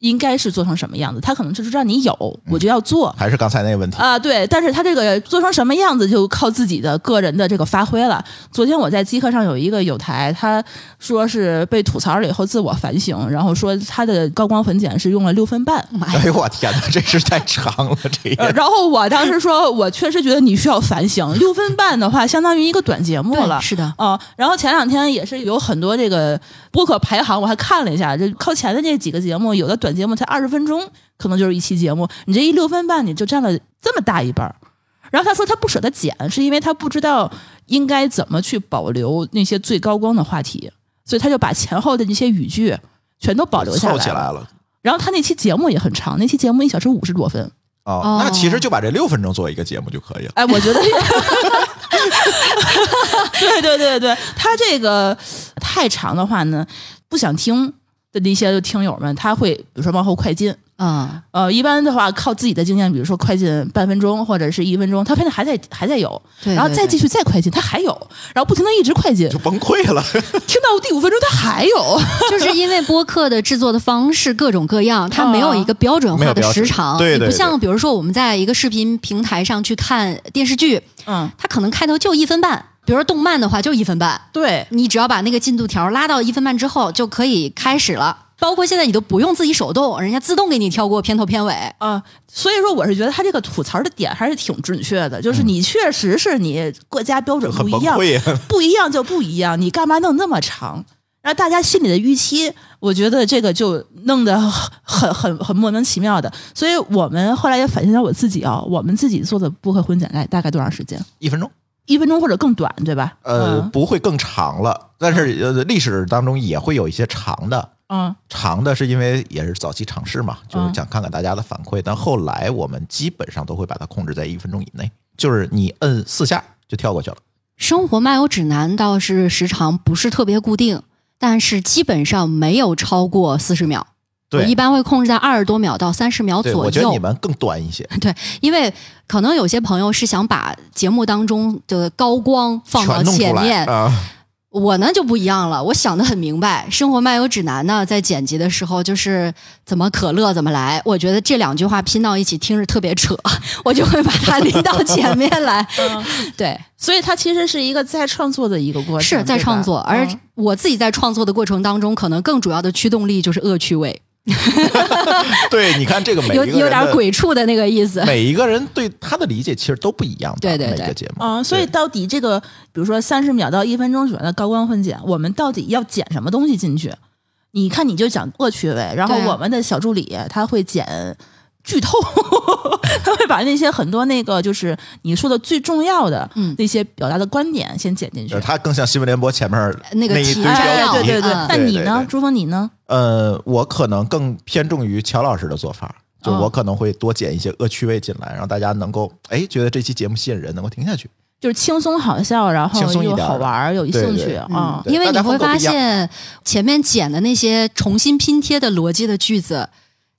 应该是做成什么样子，他可能就是让你有，我就要做。还是刚才那个问题，啊、对，但是他这个做成什么样子，就靠自己的个人的这个发挥了。昨天我在机课上有一个有台，他说是被吐槽了以后自我反省，然后说他的高光混剪是用了六 分半，哎呦我天哪，这是太长了，这呃也然后我当时说，我确实觉得你需要反省。六分半的话，相当于一个短节目对了。是的，哦，然后前两天也是有很多这个播客排行，我还看了一下，这靠前的这几个节目，有的短节目才二十分钟，可能就是一期节目，你这一六分半你就占了这么大一半儿。然后他说他不舍得剪，是因为他不知道应该怎么去保留那些最高光的话题，所以他就把前后的那些语句全都保留下凑来起了。来了。然后他那期节目也很长，那期节目一小时五十多分。哦，那哦其实就把这六分钟做一个节目就可以了。哎，我 觉得，对对对对，他这个太长的话呢，不想听的那些听友们，他会比如说往后快进。嗯，呃，一般的话，靠自己的经验，比如说快进半分钟或者是一分钟，他发现还在还在有，对然后对再对继续再快进，他还有，然后不停的一直快进，就崩溃了，听到第五分钟他还 有，就是因为播客的制作的方式各种各样，它没有啊一个标准没化有的标准时长，对对你不对像比如说我们在一个视频平台上去看电视剧，嗯，它可能开头就一分半，比如说动漫的话就一分半，对，你只要把那个进度条拉到一分半之后就可以开始了。包括现在你都不用自己手动，人家自动给你跳过片头片尾。啊、所以说我是觉得他这个吐槽的点还是挺准确的，就是你确实是你各家标准嗯很不崩一样，溃。不一样就不一样，你干嘛弄那么长？然后大家心里的预期，我觉得这个就弄得很很很莫名其妙的。所以我们后来也反映到我自己啊、我们自己做的播客混剪大大概多长时间？一分钟，一分钟或者更短，对吧？嗯呃，不会更长了，但是呃，历史当中也会有一些长的，嗯长的是因为也是早期尝试嘛，就是嗯想看看大家的反馈。但后来我们基本上都会把它控制在一分钟以内，就是你摁四下就跳过去了。生活漫游指南倒是时长不是特别固定，但是基本上没有超过四十秒。我一对，般会控制在二十多秒到三十秒对，左右。我觉得你们更短一些，对，因为可能有些朋友是想把节目当中的高光放到全弄前出来面，啊。我呢就不一样了，我想的很明白。《生活漫游指南》呢，在剪辑的时候就是怎么可乐怎么来，我觉得这两句话拼到一起听着特别扯， 我就会把它拎到前面来。嗯， 对，所以它其实是一个再创作的一个过程，是在对吧创作，而嗯我自己在创作的过程当中，可能更主要的驱动力就是恶趣味，对，你看这个每一有个人有点的，鬼畜的那个意嗯思。每一个人对他的理解其实都不一样的。对对每对哦个节目，嗯，所以对到底这个，比如说三十秒到一分钟左右的高光混剪，我们到底要剪什么东西进去？你看，你就讲恶趣味，然后对啊我们的小助理他会剪剧透， 他会把那些很多那个就是你说的最重要的嗯那些表达的观点先剪进去就是。呃他更像新闻联播前面呃那个一提堆纲哎，标对题。对嗯那你对呢对，朱峰？你呢？呃，我可能更偏重于乔老师的做法，就哦我可能会多捡一些恶趣味进来，让大家能够哎觉得这期节目吸引人，能够听下去。就是轻松好笑，然轻后松一又点好儿玩儿，有对兴对趣啊。嗯对因为大你家会风格发不一样现前面剪的那些重新拼贴的逻辑的句子，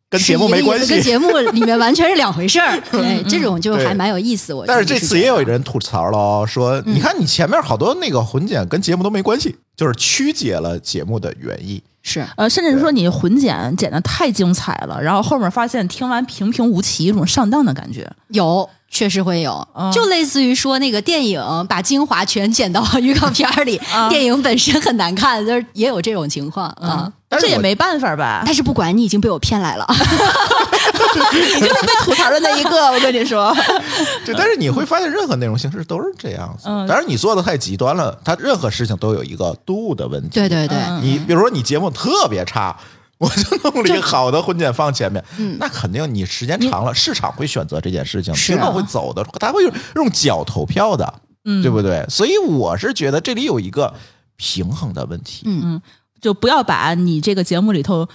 跟是节目一个没意关思系跟节目里面完全是两回事 儿。对，这种就对还蛮有意思。我但是觉得这是次也有人吐槽了哦，说嗯你看你前面好多那个混剪跟节目都没关系，就是曲解了节目的原意。是呃，甚至说你混剪剪的太精彩了，然后后面发现听完平平无奇，一种上当的感觉。有确实会有，嗯就类似于说那个电影把精华全剪到 预告片儿里，嗯电影本身很难看，就是也有这种情况啊。但是这也我没办法吧？但是不管你已经被我骗来了， 你就是被吐槽的那一个，我跟你 说， 对，但是你会发现任何内容形式都是这样子。嗯当然，你做的太极端了，它任何事情都有一个度的问题。对对对，你比如说你节目特别差，我嗯就弄了一个好的婚检放前面，那肯定你时间长了，市场会选择这件事情，嗯是评啊论会走的，他会用用脚投票的，嗯对不对？所以我是觉得这里有一个平衡的问嗯题。就不要把你这个节目里头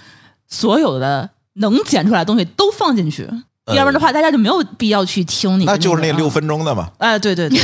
所有的能剪出来的东西都放进去，呃要不然的话，大家就没有必要去听你的那个。就是那六分钟的嘛，哎，对 对对，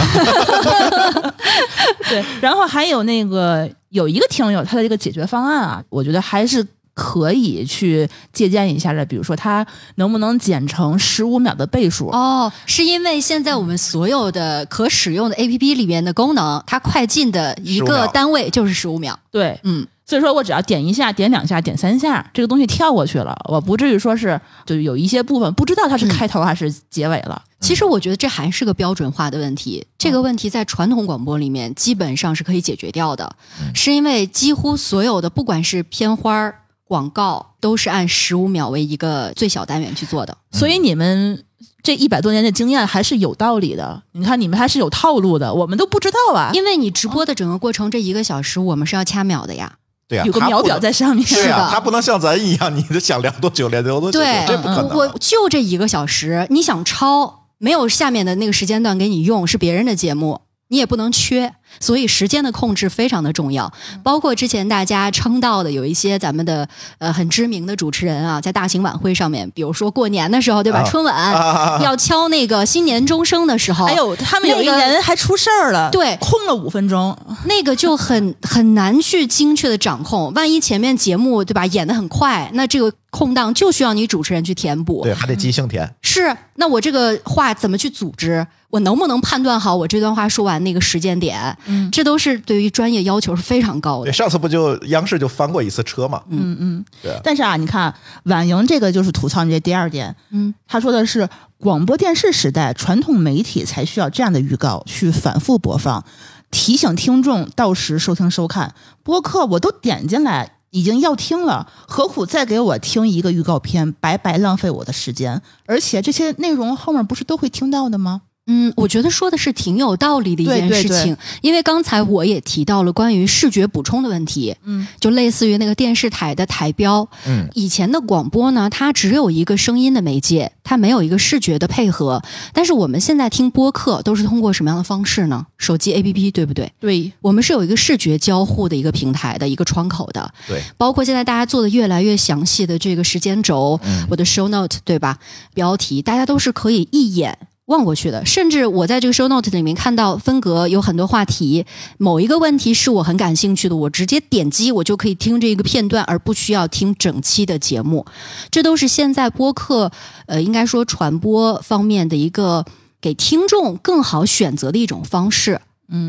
对。然后还有那个有一个听友他的这个解决方案啊，我觉得还是可以去借鉴一下的。比如说，他能不能剪成十五秒的倍数？哦，是因为现在我们所有的可使用的 APP 里面的功能，它快进的一15秒个单位就是十五秒。对，嗯，所以说我只要点一下、点两下、点三下，这个东西跳过去了，我不至于说是就是有一些部分不知道它嗯是开头还是结尾了。其实我觉得这还是个标准化的问题，这个问题在传统广播里面基本上是可以解决掉的，是因为几乎所有的不管是片花儿、广告，都是按十五秒为一个最小单元去做的。所以你们这一百多年的经验还是有道理的。你看，你们还是有套路的，我们都不知道啊，因为你直播的整个过程，这一个小时我们是要掐秒的呀。对呀、有个他秒不表能在上面。对呀、的啊他不能像咱一样，你就想聊多久聊多久，对，嗯这不可能啊。我我就这一个小时，你想超，没有下面的那个时间段给你用，是别人的节目。你也不能缺，所以时间的控制非常的重要。包括之前大家称道的有一些咱们的呃很知名的主持人啊，在大型晚会上面，比如说过年的时候，对吧？啊春晚、啊啊啊要敲那个新年钟声的时候，还有他们有一那个人还出事儿了，对空了五分钟，那个就很很难去精确的掌控。万一前面节目对吧演得很快，那这个空档就需要你主持人去填补。对，还得即兴填。是，那我这个话怎么去组织？我能不能判断好我这段话说完那个时间点？嗯，这都是对于专业要求是非常高对，的。上次不就央视就翻过一次车嘛？嗯嗯对。但是啊，你看婉莹这个就是吐槽你这第二点，嗯，他说的是广播电视时代传统媒体才需要这样的预告去反复播放，提醒听众到时收听收看。播客我都点进来。已经要听了，何苦再给我听一个预告片，白白浪费我的时间？而且这些内容后面不是都会听到的吗？嗯，我觉得说的是挺有道理的一对件对事情，对因为刚才我也提到了关于视觉补充的问题，嗯，就类似于那个电视台的台标，嗯，以前的广播呢，它只有一个声音的媒介，它没有一个视觉的配合，但是我们现在听播客都是通过什么样的方式呢？手机 APP 对不对？对，我们是有一个视觉交互的一个平台的一个窗口的，对，包括现在大家做的越来越详细的这个时间轴，我的 show note 对吧？标题呃大家都是可以呃一眼望过去的，甚至我在这个 show note 里面看到分隔有很多话题，某一个问题是我很感兴趣的，我直接点击我就可以听这一个片段，而不需要听整期的节目。这都是现在播客呃，应该说传播方面的一个给听众更好选择的一种方式。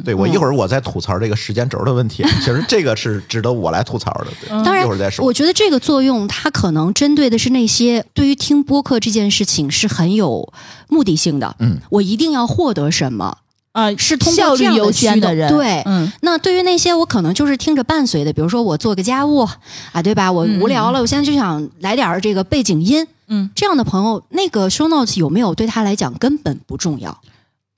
对，我一会儿我再吐槽这个时间轴的问题。其实这个是值得我来吐槽的，对，当然嗯一会儿再说我。觉得这个作用，它可能针对的是那些对于听播客这件事情是很有目的性的。嗯，我一定要获得什么。啊、是通过效这率样的优先的驱动人，对嗯，那对于那些我可能就是听着伴随的，比如说我做个家务啊，对吧？我嗯无聊了，我现在就想来点儿这个背景音。嗯，这样的朋友，那个 show notes 有没有对他来讲根本不重要。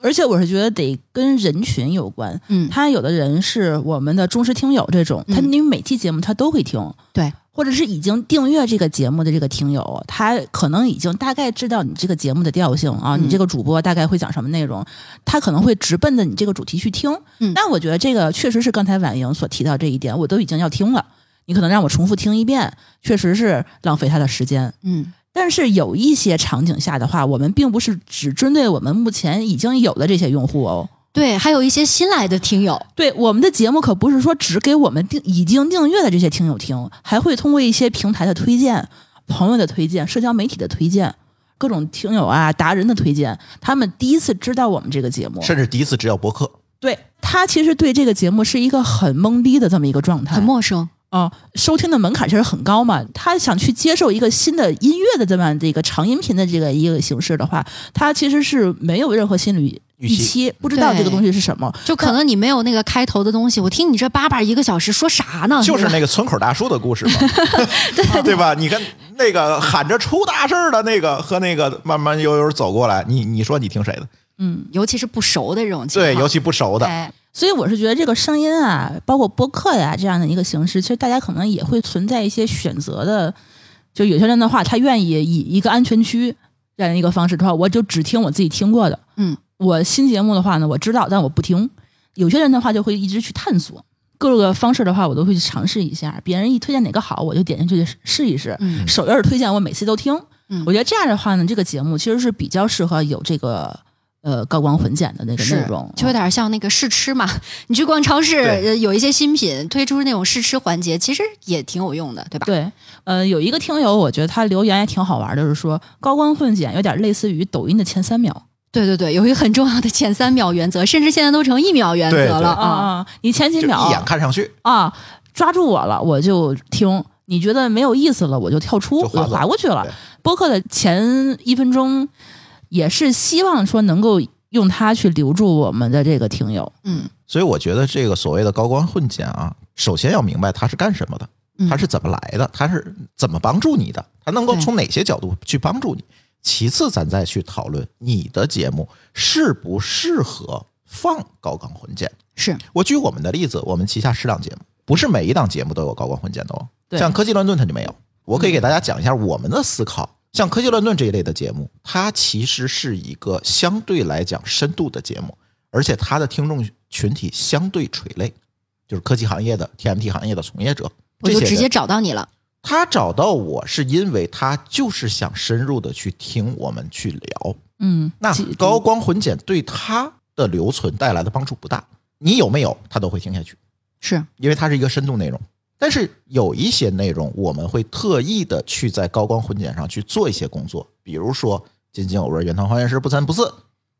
而且我是觉得得跟人群有关。嗯，他有的人是我们的忠实听友这种，他嗯因为每期节目他都会听，对，或者是已经订阅这个节目的这个听友，他可能已经大概知道你这个节目的调性啊，嗯你这个主播大概会讲什么内容，他可能会直奔着你这个主题去听。嗯但我觉得这个确实是刚才婉莹所提到这一点，我都已经要听了，你可能让我重复听一遍，确实是浪费他的时间。嗯，但是有一些场景下的话，我们并不是只针对我们目前已经有的这些用户哦。对，还有一些新来的听友，对我们的节目可不是说只给我们订已经订阅的这些听友听，还会通过一些平台的推荐、朋友的推荐、社交媒体的推荐、各种听友啊、达人的推荐，他们第一次知道我们这个节目。甚至第一次只要播客，对他其实对这个节目是一个很懵逼的这么一个状态，很陌生。哦，收听的门槛其实很高嘛。他想去接受一个新的音乐的这么样的一个长音频的这个一个形式的话，他其实是没有任何心理预预期期，不知道这个东西是什么。就可能你没有那个开头的东西，我听你这叭叭一个小时说啥呢？就是吧那个村口大叔的故事嘛， 对吧？你看那个喊着出大事儿的那个和那个慢慢悠悠走过来，你你说你听谁的？尤其是不熟的这种情对，况，尤其不熟的，嗯哎，所以我是觉得这个声音啊，包括播客呀、这样的一个形式，其实大家可能也会存在一些选择的。就有些人的话，他愿意以一个安全区这样一个方式的话，我就只听我自己听过的。嗯，我新节目的话呢，我知道，但我不听。有些人的话就会一直去探索各个方式的话，我都会去尝试一下。别人一推荐哪个好，我就点进去试试一试。嗯首页儿推荐我每次都听。嗯我觉得这样的话呢，这个节目其实是比较适合有这个呃高光混剪的那个内是嗯容，，就有点像那个试吃嘛。 你去逛超市，对呃有一些新品推出那种试吃环节，其实也挺有用的，对吧？对，呃，有一个听友，我觉得他留言也挺好玩儿的，就是说高光混剪有点类似于抖音的前三秒对对对，有一个很重要的前三秒原则，甚至现在都成一秒原对则对了啊啊。啊，你前几就秒一眼看上去啊抓住我了，我就听。你觉得没有意思了，我就跳出，就划我就走划过去了对。播客的前一分钟，也是希望说能够用它去留住我们的这个听友。嗯所以我觉得这个所谓的高光混剪啊，首先要明白它是干什么的，它是怎么来的，它是怎么帮助你的，它能够对从哪些角度去帮助你。其次，咱再去讨论你的节目适不适合放高光混剪。是我举我们的例子，我们旗下十档节目，不是每一档节目都有高光混剪的哦。对像科技乱炖它就没有。我可以给大家讲一下我们的思考。像科技乱炖这一类的节目，它其实是一个相对来讲深度的节目，而且它的听众群体相对垂类，就是科技行业的 TMT 行业的从业者。我这就些直接人找到你了。他找到我是因为他就是想深入的去听我们去聊，嗯，那几高光混剪对他的留存带来的帮助不大，你有没有他都会听下去，是因为它是一个深度内容。但是有一些内容，我们会特意的去在高光混剪上去做一些工作，比如说《津津有味》《原汤化原食》《不三不四》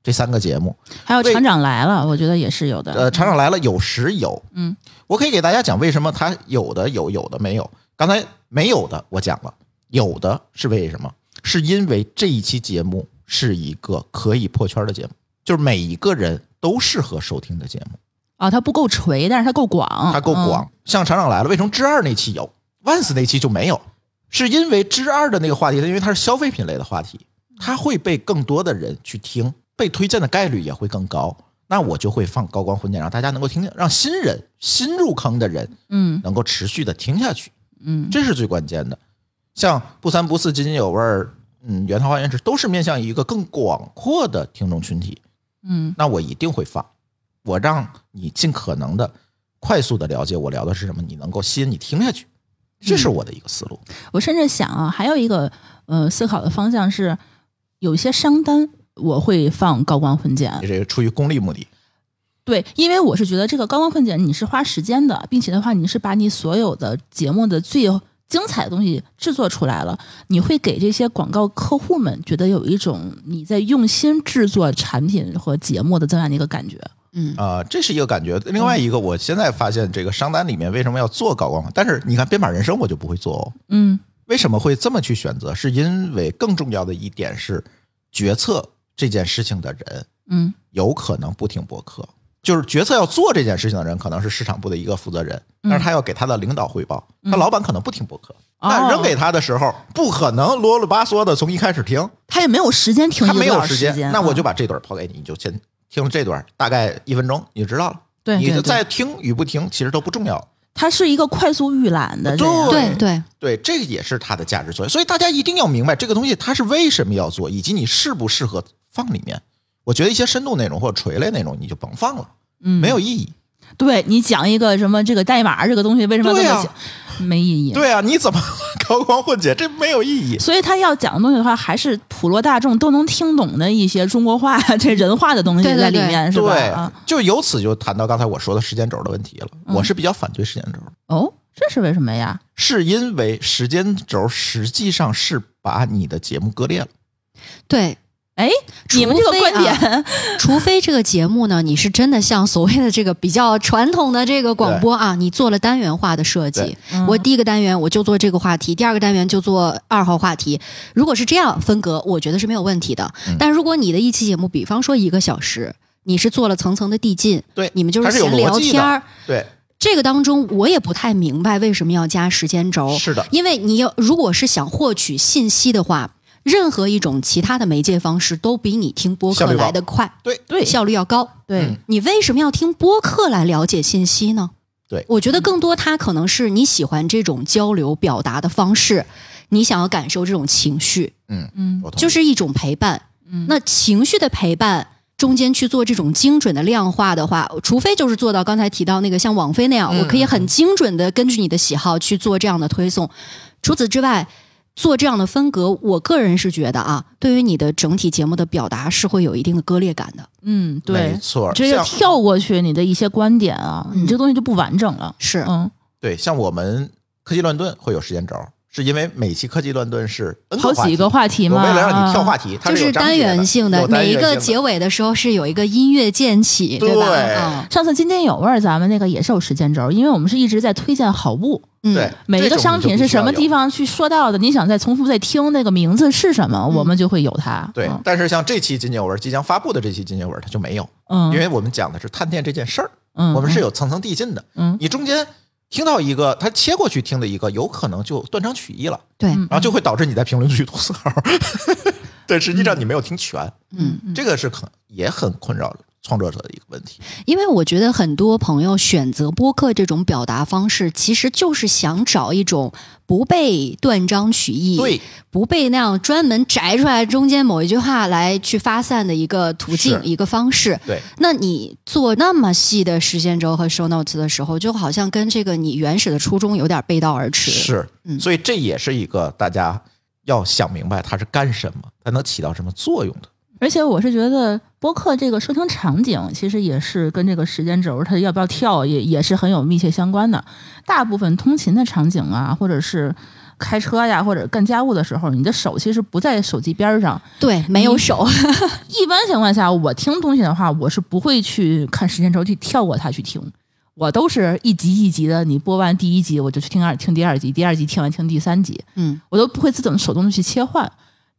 这三个节目。嗯还有为厂长来了，我觉得也是有的。呃，厂长来了有时有，嗯，我可以给大家讲为什么它有的有，有的没有。刚才没有的我讲了，有的是为什么？是因为这一期节目是一个可以破圈的节目，就是每一个人都适合收听的节目，啊，它不够垂，但是它够广，它够嗯广。像厂长来了，为什么之二那期有，Vans 那期就没有？是因为之二的那个话题，它因为它是消费品类的话题，它会被更多的人去听，被推荐的概率也会更高。那我就会放高光混剪，让大家能够听见，让新人、新入坑的人嗯能够持续的听下去，嗯，这是最关键的。像不三不四、津津有味儿，嗯，原汤化原食都是面向一个更广阔的听众群体。嗯，那我一定会放，我让你尽可能的快速的了解我聊的是什么，你能够吸引你听下去，这是我的一个思路。我甚至想啊，还有一个呃思考的方向是，有一些商单我会放高光混也剪，是出于功利目的，对，因为我是觉得这个高光混剪你是花时间的，并且的话你是把你所有的节目的最精彩的东西制作出来了，你会给这些广告客户们觉得有一种你在用心制作产品和节目的这样的一个感觉。啊，这是一个感觉。另外一个，我现在发现这个商单里面为什么要做高光？但是你看编码人生，我就不会做哦。嗯为什么会这么去选择？是因为更重要的一点是，决策这件事情的人嗯有可能不听博客，就是决策要做这件事情的人可能是市场部的一个负责人，但是他要给他的领导汇报，他老板可能不听博客，嗯哦那扔给他的时候不可能啰啰吧嗦的从一开始听，他也没有时间听一他个没多有小时间，啊嗯那我就把把这段抛给你，你就先听这段，大概一分钟你就知道了。对你对就对再听与不听其实都不重要。它是一个快速预览的这样，对对，对，这个也是它的价值所在。所以大家一定要明白这个东西它是为什么要做，以及你适不适合放里面。我觉得一些深度内容或者垂类内容你就甭放了，嗯没有意义。对你讲一个什么这个代码这个东西为什么要这对么啊讲，没意义。对啊，你怎么 高光混剪？这没有意义。所以他要讲的东西的话，还是普罗大众都能听懂的一些中国话、这人话的东西对对在里对面，是吧？对啊，就由此就谈到刚才我说的时间轴的问题了。我是比较反对时间轴的，哦，这是为什么呀？是因为时间轴实际上是把你的节目割裂了。对，哎，你们这个观除非啊点， 除非这个节目呢，你是真的像所谓的这个比较传统的这个广播啊，你做了单元化的设计对。我嗯第一个单元我就做这个话题，第二个单元就做二号话题。如果是这样分隔，我觉得是没有问题的。嗯但如果你的一期节目，比方说一个小时，你是做了层层的递进，对你们就它是有闲逻聊辑的天儿。对，这个当中，我也不太明白为什么要加时间轴。是的因为你要如果是想获取信息的话，任何一种其他的媒介方式都比你听播效客率高来得快，对对效率要高。对嗯你为什么要听播客来了解信息呢？对我觉得更多它可能是你喜欢这种交流表达的方式，你想要感受这种情绪，嗯，嗯我同意就是一种陪伴。嗯那情绪的陪伴中间去做这种精准的量化的话，除非就是做到刚才提到那个像网飞那样，嗯我可以很精准的根据你的喜好去做这样的推送。除此之外，做这样的分隔，我个人是觉得啊，对于你的整体节目的表达是会有一定的割裂感的。嗯，没对，错儿，直接像跳过去你的一些观点啊，嗯你这东西就不完整了。是，嗯，对，像我们科技乱炖会有时间轴，是因为每期科技乱炖是 N 好个话几题个话题我嘛，为了让你跳啊话题，它就是有是章单节元性的，有单每一元个性结尾的时候是有一个音乐渐起，对吧？嗯上次今天有味儿，咱们那个也是有时间轴，因为我们是一直在推荐好物，嗯，对每一个商品是什么这种你地？就必须要有方去说到的，你想再重复再听那个名字是什么，我们就会有它。嗯对，但是像这期金牛文即将发布的这期金牛文，它就没有，嗯，因为我们讲的是探店这件事儿，嗯，我们是有层层递进的。嗯你中间听到一个，他切过去听的一个，有可能就断章取义了，对，嗯然后就会导致你在评论区吐槽。 对，实际上你没有听全，嗯这个是很也很困扰创作者的一个问题。因为我觉得很多朋友选择播客这种表达方式，其实就是想找一种不被断章取义，对，不被那样专门摘出来中间某一句话来去发散的一个途径、是一个方式。对，那你做那么细的时间轴和 show notes 的时候，就好像跟这个你原始的初衷有点背道而驰。，是，嗯所以这也是一个大家要想明白它是干什么，它能起到什么作用的。而且我是觉得播客这个收听场景，其实也是跟这个时间轴它要不要跳也也是很有密切相关的。大部分通勤的场景啊，或者是开车呀，或者干家务的时候，你的手其实不在手机边儿上。对，没有手，一般情况下，我听东西的话，我是不会去看时间轴去跳过它去听，我都是一集一集的。你播完第一集，我就去听二听第二集，第二集听完听第三集，嗯，我都不会自动手动的去切换。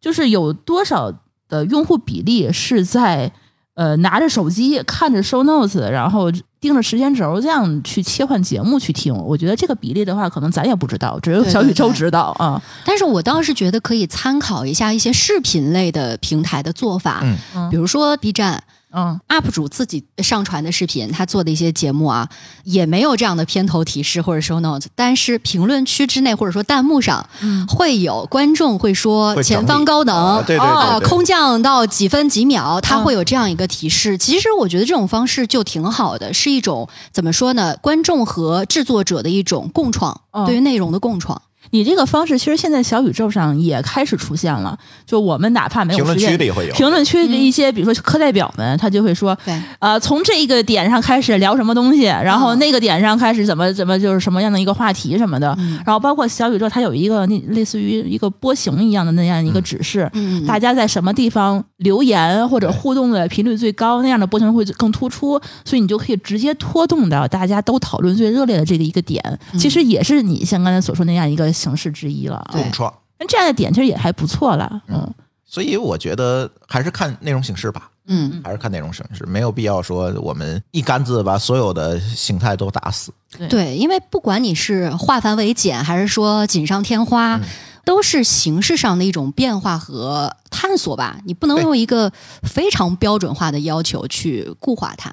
就是有多少的用户比例是在呃拿着手机看着 show notes，然后盯着时间轴这样去切换节目去听？我觉得这个比例的话，可能咱也不知道，只有对小宇宙对对知道啊。但是我倒是觉得可以参考一下一些视频类的平台的做啊法，嗯比如说 B 站。嗯， UP 主自己上传的视频，他做的一些节目啊，也没有这样的片头提示或者 show notes，但是评论区之内或者说弹幕上，嗯会有观众会说会整理前方高能，啊对对对啊对空降到几分几秒，他嗯会有这样一个提示。其实我觉得这种方式就挺好的，是一种怎么说呢？观众和制作者的一种共创，嗯对于内容的共创。你这个方式其实现在小宇宙上也开始出现了，就我们哪怕没有评论时间区里会有评论区的一些，比如说课代表们，他就会说，嗯对，呃，从这个点上开始聊什么东西，然后嗯那个点上开始怎么怎么就是什么样的一个话题什么的，嗯然后包括小宇宙它有一个那类似于一个波形一样的那样一个指示，嗯，大家在什么地方留言或者互动的频率最高，那样的波形会更突出，所以你就可以直接拖动到大家都讨论最热烈的这个一个点，嗯其实也是你像刚才所说那样一个形式之一了啊。对共创。那这样的点其实也还不错啦，嗯所以我觉得还是看内容形式吧，嗯，还是看内容形式，没有必要说我们一竿子把所有的形态都打死。对，因为不管你是化繁为简，还是说锦上添花，嗯都是形式上的一种变化和探索吧。你不能对用一个非常标准化的要求去固化它。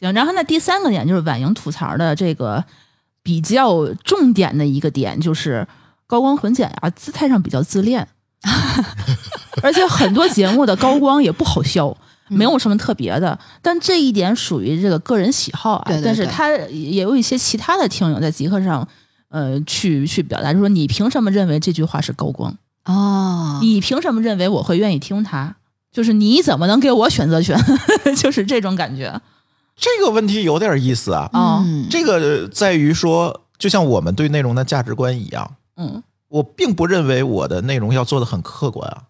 行。然后那第三个点就是婉莹吐槽的这个比较重点的一个点，就是高光混剪啊，姿态上比较 自恋，而且很多节目的高光也不好消。嗯没有什么特别的，但这一点属于这个个人喜好啊。对对但是对他也有一些其他的听友在极客上，呃，去去表达，就说你凭什么认为这句话是高光？哦，你凭什么认为我会愿意听他？就是你怎么能给我选择权？ 就是这种感觉这个问题有点意思啊，哦，嗯这个在于说，就像我们对内容的价值观一样，嗯我并不认为我的内容要做的很客观啊，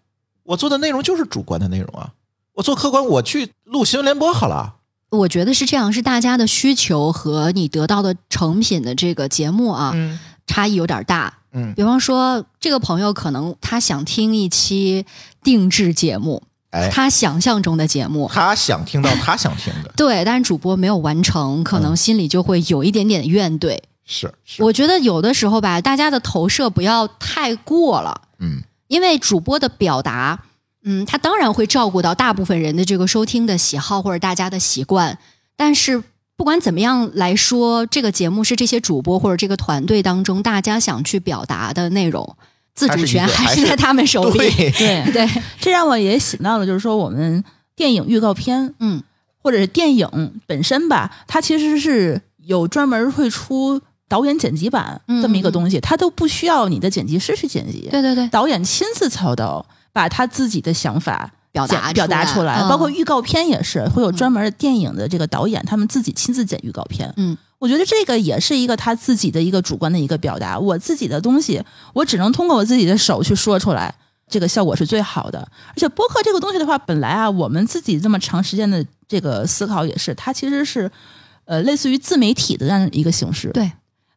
我做的内容就是主观的内容啊。我做客观，我去录新闻联播好了。我觉得是这样，是大家的需求和你得到的成品的这个节目啊，嗯差异有点大。嗯，比方说，这个朋友可能他想听一期定制节目，哎，他想象中的节目，他想听到他想听 的，对，但是主播没有完成，可能心里就会有一点点怨怼。嗯是是，我觉得有的时候吧，大家的投射不要太过了，嗯因为主播的表达，嗯，他当然会照顾到大部分人的这个收听的喜好或者大家的习惯，但是不管怎么样来说，这个节目是这些主播或者这个团队当中大家想去表达的内容，自主权还它是一个还是是在他们手里。对，对，对，这让我也想到了，就是说我们电影预告片嗯，或者是电影本身吧，它其实是有专门会出导演剪辑版嗯这么一个东西，它都不需要你的剪辑师去剪辑，对对对，导演亲自操刀，把他自己的想法表剪达表达出出来来，嗯包括预告片也是会有专门的电影的这个导演，他们自己亲自剪预告片。嗯，我觉得这个也是一个他自己的一个主观的一个表达。我自己的东西，我只能通过我自己的手去说出来，这个效果是最好的。而且播客这个东西的话，本来啊，我们自己这么长时间的这个思考也是，它其实是呃类似于自媒体的这样一个形式。对，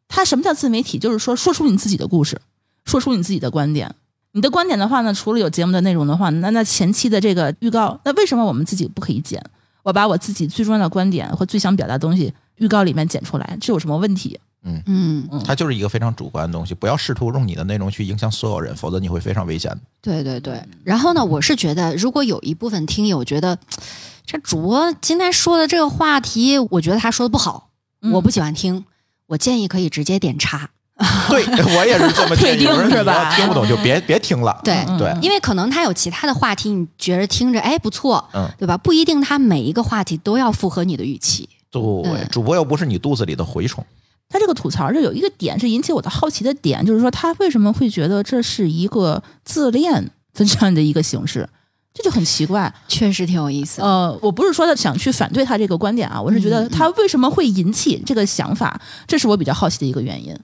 它什么叫自媒体？就是说说出你自己的故事，说出你自己的观点。你的观点的话呢，除了有节目的内容的话，那那前期的这个预告，那为什么我们自己不可以剪？我把我自己最重要的观点和最想表达的东西预告里面剪出来，这有什么问题？嗯，它就是一个非常主观的东西，不要试图用你的内容去影响所有人，否则你会非常危险的。对对对。然后呢，我是觉得，如果有一部分听友觉得这主播今天说的这个话题，我觉得他说的不好，嗯我不喜欢听，我建议可以直接点叉。对我也是这么建议，退订我说是吧你要听不懂就别别听了。对嗯对，因为可能他有其他的话题，你觉得听着哎不错，嗯对吧？不一定他每一个话题都要符合你的预期。对，主播又不是你肚子里的蛔虫，他这个吐槽这有一个点是引起我的好奇的点，就是说他为什么会觉得这是一个自恋的这样的一个形式，这就很奇怪。确实挺有意思的，呃，我不是说想去反对他这个观点啊，我是觉得他为什么会引起这个想法，这是我比较好奇的一个原因。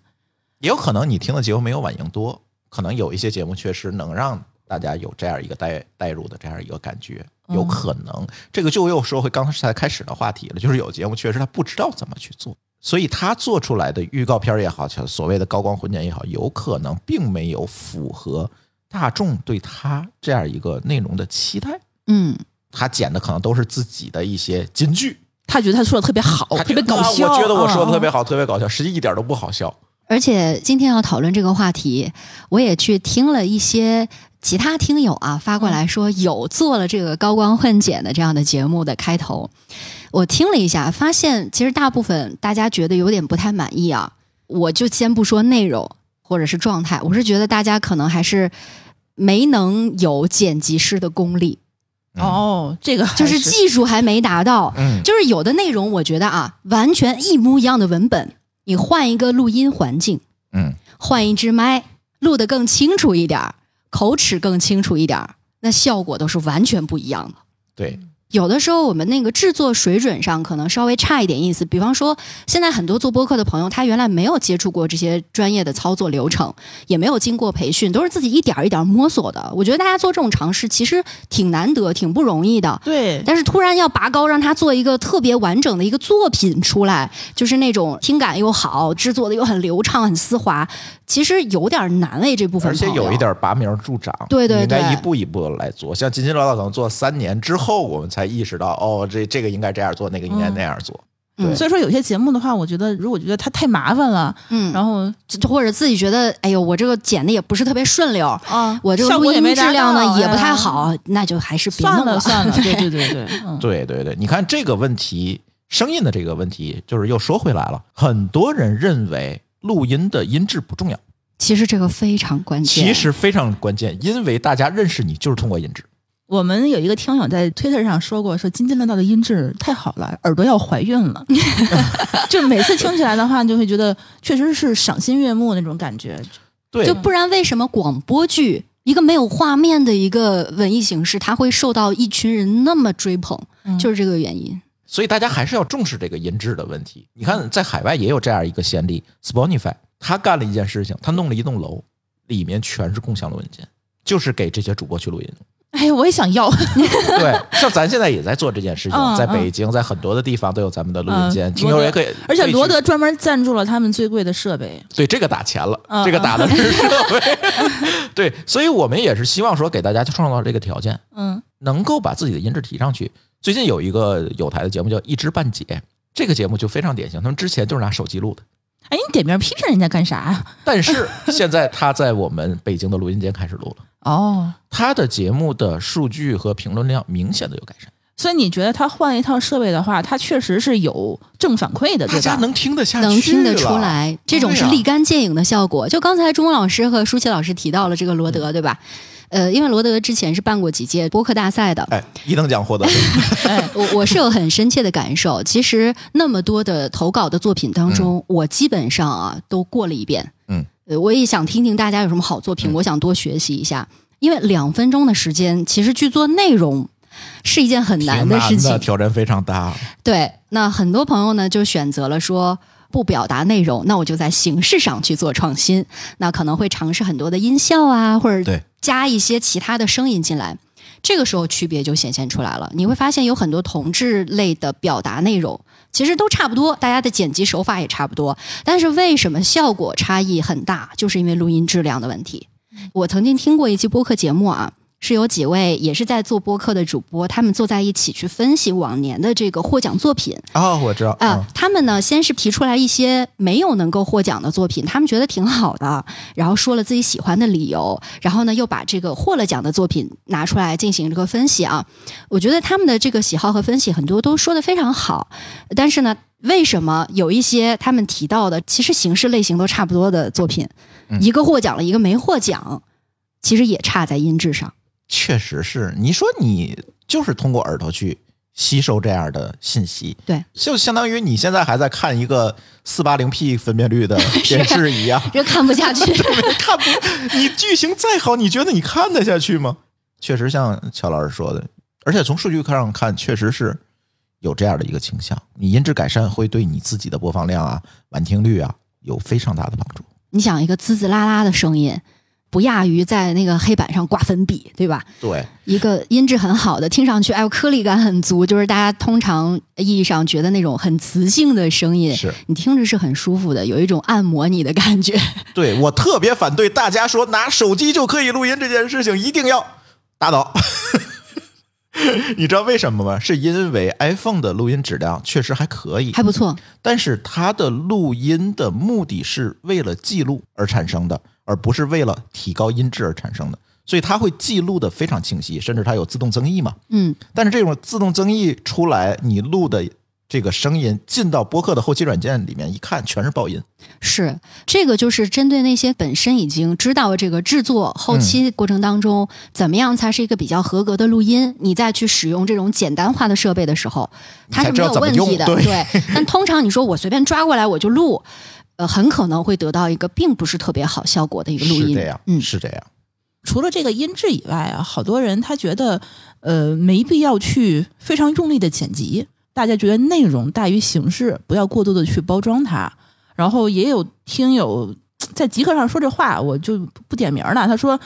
也有可能你听的节目没有婉莹多，可能有一些节目确实能让大家有这样一个带带入的这样一个感觉，嗯有可能这个就又说回刚才开始的话题了，就是有节目确实他不知道怎么去做，所以他做出来的预告片也好，所谓的高光混剪也好，有可能并没有符合大众对他这样一个内容的期待，嗯，他剪的可能都是自己的一些金句。他觉得他说的特别好，他哦特觉得别搞啊笑。嗯我觉得我说的特别好。好，特别搞笑，实际一点都不好笑。而且今天要讨论这个话题，我也去听了一些其他听友啊发过来说有做了这个高光混剪的这样的节目的开头，我听了一下，发现其实大部分大家觉得有点不太满意啊。我就先不说内容或者是状态，我是觉得大家可能还是没能有剪辑师的功力，嗯哦，这个还就是技术还没达到。嗯，就是有的内容，我觉得啊，完全一模一样的文本，你换一个录音环境。嗯，换一支麦，录得更清楚一点儿，口齿更清楚一点儿，那效果都是完全不一样的。对，有的时候我们那个制作水准上可能稍微差一点意思，比方说现在很多做播客的朋友，他原来没有接触过这些专业的操作流程，也没有经过培训，都是自己一点儿一点儿摸索的。我觉得大家做这种尝试其实挺难得，挺不容易的。对，但是突然要拔高，让他做一个特别完整的一个作品出来，就是那种听感又好，制作的又很流畅、很丝滑，其实有点难为这部分而且朋友有一，点拔苗助长，对对你应该对一步一步来做。像津津乐道可能做三年之后，我们才意识到，哦，这这个应该这样做，那个应该那样做。嗯对，所以说有些节目的话，我觉得如果觉得它太麻烦了，嗯，然后后或者自己觉得，哎呦，我这个剪的也不是特别顺溜，啊，我这个效录果也音没达质量到呢也哎不太好，那就还是别算弄了算 了，对对对对，嗯对对对，你看这个问题，声音的这个问题，就是又说回来了，很多人认为录音的音质不重要，其实这个非常关键，其实非常关键，因为大家认识你就是通过音质。我们有一个听友在推特上说过，说津津乐道的音质太好了，耳朵要怀孕 了。就每次听起来的话，就会觉得确实是赏心悦目那种感觉。对，就不然为什么广播剧一个没有画面的一个文艺形式，它会受到一群人那么追捧，就是这个原因。所以大家还是要重视这个音质的问题。你嗯看，在海外也有这样一个先例，Spotify，他干了 一件事情，他弄了一栋楼，里面全是共享的文件，就是给这些主播去录音。哎，我也想要，对，像咱现在也在做这件事情，嗯在北京，在很多的地方都有咱们的录音间，嗯听友也可以，而且可以去罗德专门赞助了他们最贵的设备。对这个打钱了，嗯这个打的是设备， 对，所以我们也是希望说给大家创造这个条件，嗯能够把自己的音质提上去。最近有一个有台的节目叫《一知半解》，这个节目就非常典型，他们之前就是拿手机录的，哎，你点名批评人家干啥呀？但是现在他在我们北京的录音间开始录了，哦，他的节目的数据和评论量明显的有改善，所以你觉得他换一套设备的话，他确实是有正反馈啊的，大对家吧？能听得下去，能听得出。来，这种是立竿见影的效果。就刚才钟老师和舒淇老师提到了这个罗嗯德，对吧？呃，因为罗德之前是办过几届播客大赛 的，哎，一等奖获得者，哎，我我是有很深切的感受。其实那么多的投稿的作品当中，我基本上啊都过了一遍。嗯呃，我也想听听大家有什么好作品，我想多学习一下。因为两分钟的时间，其实去做内容是一件很 挺 难的事情。挑战非常大。对，那很多朋友呢就选择了说不表达内容，那我就在形式上去做创新，那可能会尝试很多的音效啊，或对者加一些其他的声音进来。这个时候区别就显现出来了，你会发现有很多同志类的表达内容其实都差不多，大家的剪辑手法也差不多，但是为什么效果差异很大？就是因为录音质量的问题。我曾经听过一期播客节目啊，是有几位也是在做播客的主播，他们坐在一起去分析往年的这个获奖作品哦，我知道啊、他们呢，先是提出来一些没有能够获奖的作品，他们觉得挺好的，然后说了自己喜欢的理由，然后呢，又把这个获了奖的作品拿出来进行这个分析啊。我觉得他们的这个喜好和分析很多都说的非常好，但是呢，为什么有一些他们提到的其实形式类型都差不多的作品，嗯一个获奖了，一个没获奖，其实也差在音质上。确实是。你说你就是通过耳朵去吸收这样的信息，对，就相当于你现在还在看一个四八零 P 分 辨率的啊电视一样，这看不下去，看不，你剧情再好，你觉得你看得下去吗？确实像乔老师说的，而且从数据上看，确实是有这样的一个倾向。你音质改善会对你自己的播放量啊、完听率啊有非常大的帮助。 你想一个滋滋啦啦的声音，不亚于在那个黑板上挂粉笔，对吧？对，一个音质很好的，听上去哎呦颗粒感很足，就是大家通常意义上觉得那种很磁性的声音，是你听着是很舒服的，有一种按摩你的感觉。对我特别反对大家说拿手机就可以录音这件事情，一定要打倒。 你知道为什么吗？是因为 iPhone 的录音质量确实还可以，还不错，但是它的录音的目的是为了记录而产生的，而不是为了提高音质而产生的，所以它会记录的非常清晰，甚至它有自动增益嘛。嗯，但是这种自动增益出来，你录的这个声音进到播客的后期软件里面一看，全是爆音。是这个就是针对那些本身已经知道这个制作嗯后期过程当中、怎么样才是一个比较合格的录音，你再去使用这种简单化的设备的时候，它是没有问题的。你才知道怎么用对但通常你说我随便抓过来我就录，呃，很可能会得到一个并不是特别好效果的一个录音。是这样，嗯，是这样。除了这个音质以外啊，好多人他觉得呃没必要去非常用力的剪辑，大家觉得内容大于形式，不要过度的去包装它。然后也有听友在极客上说这话，我就不点名了。他说。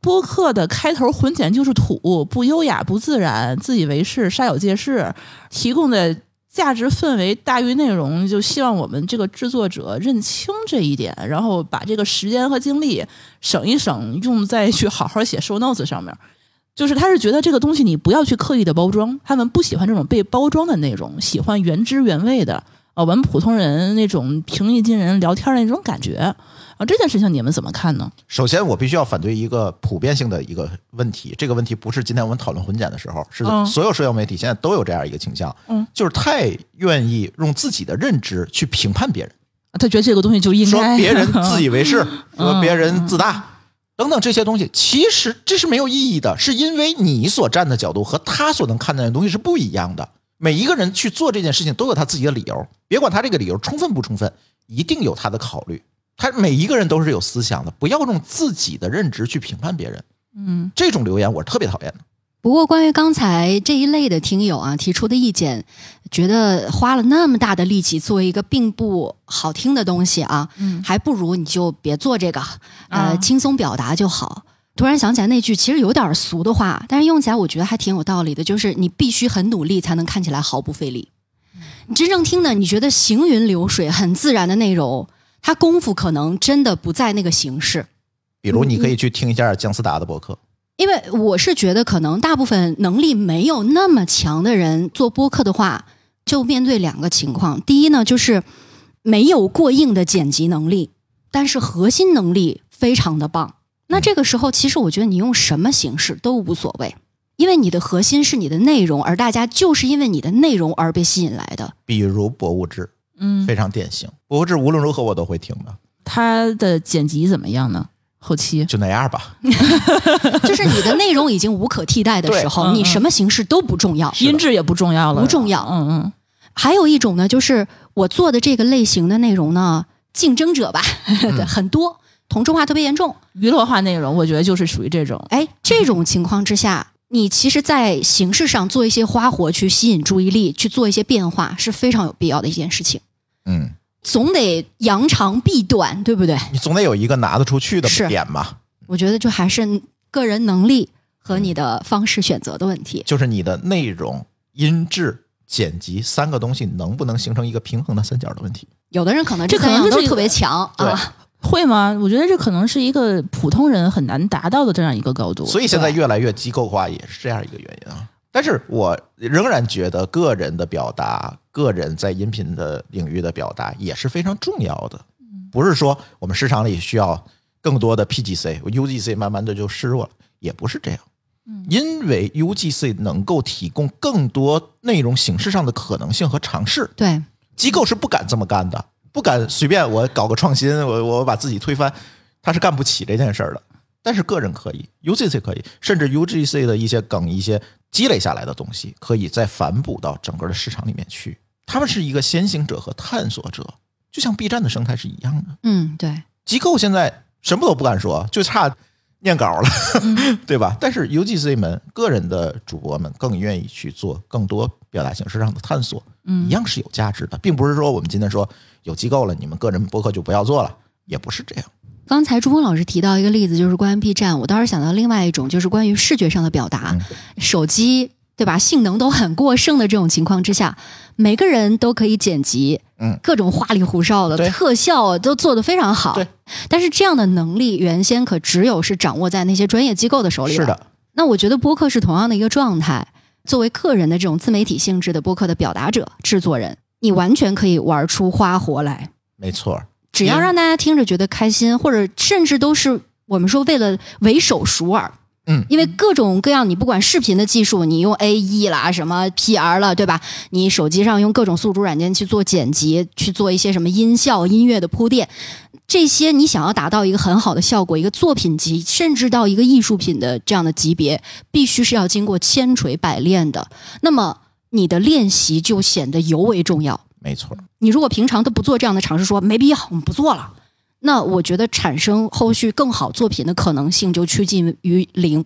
播客的开头混剪就是土，不优雅、不自然、自以为是、煞有介事，提供的价值氛围大于内容，就希望我们这个制作者认清这一点，然后把这个时间和精力省一省，用在去好好写 show notes 上面。就是他是觉得这个东西你不要去刻意的包装，他们不喜欢这种被包装的内容，喜欢原汁原味的。啊，我们普通人那种平易近人聊天的那种感觉啊，这件事情你们怎么看呢？首先，我必须要反对一个普遍性的一个问题。这个问题不是今天我们讨论混剪的时候，是嗯所有社交媒体现在都有这样一个倾向，嗯，就是太愿意用自己的认知去评判别人，啊他觉得这个东西就应说该别人自以为是，说嗯别人自大。等等这些东西，其实这是没有意义的，是因为你所站的角度和他所能看待的东西是不一样的。每一个人去做这件事情都有他自己的理由，别管他这个理由充分不充分，一定有他的考虑。他每一个人都是有思想的，不要用自己的认知去评判别人。嗯这种留言我是特别讨厌的。不过，关于刚才这一类的听友啊提出的意见，觉得花了那么大的力气做一个并不好听的东西啊，嗯还不如你就别做这个，呃，啊轻松表达就好。突然想起来那句其实有点俗的话，但是用起来我觉得还挺有道理的，就是你必须很努力才能看起来毫不费力。嗯你真正听的，你觉得行云流水、很自然的内容，它功夫可能真的不在那个形式。比如你可以去听一下姜思达的博客，嗯因为我是觉得，可能大部分能力没有那么强的人做播客的话，就面对两个情况：第一呢，就是没有过硬的剪辑能力，但是核心能力非常的棒。嗯那这个时候，其实我觉得你用什么形式都无所谓，因为你的核心是你的内容，而大家就是因为你的内容而被吸引来的。比如博物志， 嗯，非常典型。博物志无论如何我都会听的，他的剪辑怎么样呢？后期就那样吧。就是你的内容已经无可替代的时候，对嗯你嗯什么形式都不重要。音质也不重要了，不重要嗯嗯，还有一种呢，就是我做的这个类型的内容呢，竞争者吧，嗯对 很多，同质化特别严重。娱乐化内容我觉得就是属于这种，哎，这种情况之下，你其实，在形式上做一些花活去吸引注意力，去做一些变化，是非常有必要的一件事情。嗯，总得扬长避短，对不对？你总得有一个拿得出去的是点吧，我觉得就还是个人能力和你的方式选择的问题。就是你的内容、音质、剪辑三个东西能不能形成一个平衡的三角的问题。有的人可能这三可能样是都一个特别强对啊，会吗？我觉得这可能是一个普通人很难达到的这样一个高度，所以现在对越来越机构化也是这样一个原因啊。但是我仍然觉得个人的表达，个人在音频的领域的表达也是非常重要的，不是说我们市场里需要更多的 PGC、UGC，慢慢的就示弱了，也不是这样。因为 UGC 能够提供更多内容形式上的可能性和尝试，对，机构是不敢这么干的，不敢呃随便我搞个创新，我我把自己推翻，他是干不起这件事儿的。但是个人可以，UGC 可以，甚至 UGC 的一些梗、一些积累下来的东西，可以再反哺到整个的市场里面去。他们是一个先行者和探索者，就像 B 站的生态是一样的。嗯，对，机构现在什么都不敢说，就差念稿了， 对吧？但是 UGC 们个人的主播们更愿意去做更多表达形式上的探索，嗯，一样是有价值的，并不是说我们今天说有机构了，你们个人播客就不要做了，也不是这样。刚才朱峰老师提到一个例子，就是关于 B 站，我倒是想到另外一种，就是关于视觉上的表嗯达，手机对吧，性能都很过剩的这种情况之下，每个人都可以剪辑，嗯，各种花里胡哨的对特效都做得非常好，对，但是这样的能力原先可只有是掌握在那些专业机构的手里是的，那我觉得播客是同样的一个状态。作为个人的这种自媒体性质的播客的表达者、制作人，你完全可以玩出花活来，没错儿。只要嗯让大家听着觉得开心，或者甚至都是我们说为了为手熟耳。嗯因为各种各样，你不管视频的技术，你用 A E 啦，什么 P R 了，对吧？你手机上用各种宿主软件去做剪辑，去做一些什么音效、音乐的铺垫，这些你想要达到一个很好的效果，一个作品级，甚至到一个艺术品的这样的级别，必须是要经过千锤百炼的。那么你的练习就显得尤为重要。没错儿，你如果平常都不做这样的尝试，说没必要，我们不做了，那我觉得产生后续更好作品的可能性就趋近于零。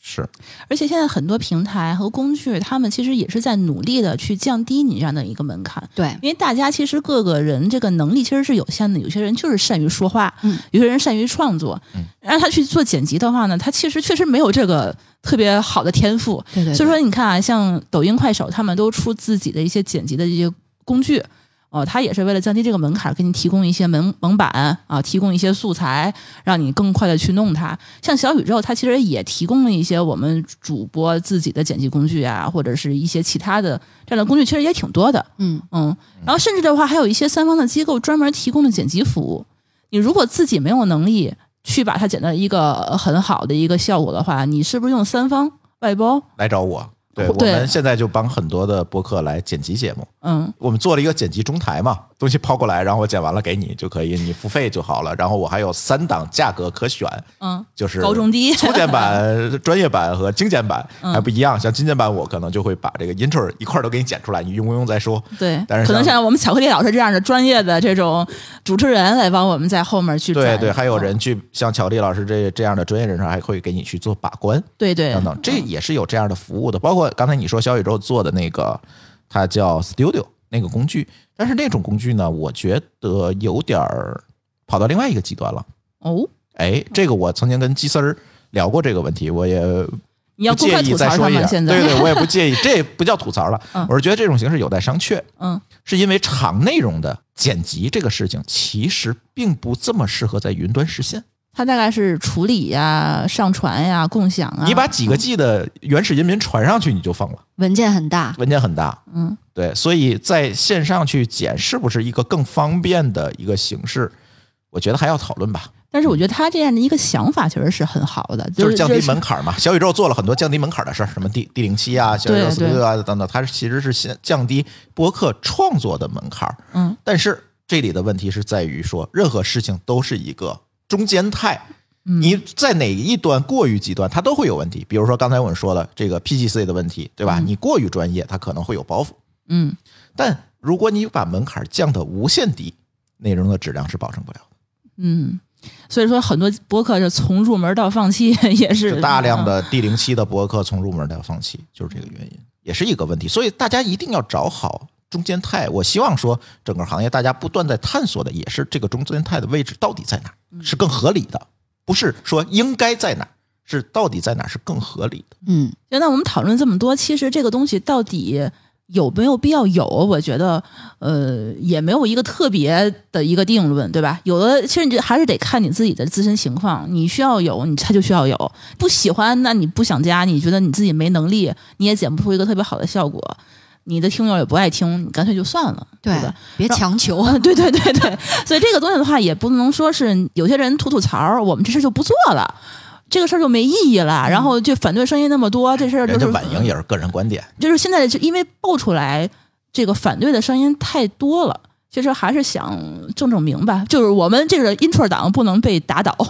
是而且现在很多平台和工具，他们其实也是在努力的去降低你这样的一个门槛，对，因为大家其实各个人这个能力其实是有限的，有些人就是善于说话，嗯有些人善于创作，让他去做剪辑的话呢，他其实确实没有这个特别好的天赋，对对所以说你看啊，像抖音、快手，他们都出自己的一些剪辑的一些工具。哦，它也是为了降低这个门槛，给你提供一些门门板啊，提供一些素材，让你更快的去弄它。像小宇宙，它其实也提供了一些我们主播自己的剪辑工具啊，或者是一些其他的这样的工具，其实也挺多的。嗯嗯，然后甚至的话，还有一些三方的机构专门提供的剪辑服务。你如果自己没有能力去把它剪到一个呃很好的一个效果的话，你是不是用三方外包？来找我。对，我对们现在就帮很多的播客来剪辑节目，嗯，我们做了一个剪辑中台嘛，东西抛过来，然后我剪完了给你就可以，你付费就好了。然后我还有三档价格可选，嗯，就是高中低嗯粗剪版、专业版和精简 版还不一样。像精简版，我可能就会把这个 intro 一块儿都给你剪出来，你用不用再 说。对，但是可能像像我们巧克力老师这样的专业的这种主持人来帮我们在后面去对转对，还有嗯人去像巧克力老师这这样的专业人士，还会给你去做把关对对嗯等等，这也是有这样的服务的。包括刚才你说小宇宙做的那个，它叫 Studio 那个工具，但是那种工具呢，我觉得有点儿跑到另外一个极端了。哦，哎，这个我曾经跟鸡丝儿聊过这个问题，我也你要不公介开意吐再槽说他一吗？下，现在对 对，我也不介意，这也不叫吐槽了，嗯我是觉得这种形式有待商榷，嗯是因为长内容的剪辑这个事情其实并不这么适合在云端实现。它大概是处理呀、上传呀、共享啊。你把几个 G 的原始音频传上去，你就疯了，文件很大，文件很大，嗯，对，所以在线上去剪是不是一个更方便的一个形式？我觉得还要讨论吧，但是我觉得他这样的一个想法确实是很好的，就是是降低门槛嘛。小宇宙做了很多降低门槛的事儿，什么 D D 零七啊、小宇宙对四六啊等等，它是其实是先降低播客创作的门槛。嗯，但是这里的问题是在于说，任何事情都是一个中间态，嗯你在哪一端过于极端，它都会有问题。比如说刚才我们说的这个 PGC 的问题，对吧？你过于专业，它可能会有包袱。嗯但如果你把门槛降得无限低，内容的质量是保证不了的。嗯。所以说，很多播客是从入门到放弃 也是就大嗯量的 D 零七的博客从入门到放弃，就是这个原因，也是一个问题。所以大家一定要找好中间态。我希望说，整个行业大家不断在探索的也是这个中间态的位置到底在哪嗯儿，是更合理的，不是说应该在哪儿，是到底在哪儿是更合理的。嗯，就那我们讨论这么多，其实这个东西到底有没有必要有？我觉得，呃，也没有一个特别的一个定论，对吧？有的其实你这还是得看你自己的自身情况，你需要有，你它就需要有；不喜欢，那你不想加，你觉得你自己没能力，你也剪不出一个特别好的效果，你的听友也不爱听，你干脆就算了，对对吧？，别强求， 对对对对，所以这个东西的话，也不能说是有些人吐吐槽儿，我们这事儿就不做了，这个事儿就没意义了。然后就反对声音那么多，这事儿就人家是婉莹也是个人观 点，就是现在就因为爆出来这个反对的声音太多了。其实还是想正正明白，就是我们这个 intro 党不能被打倒，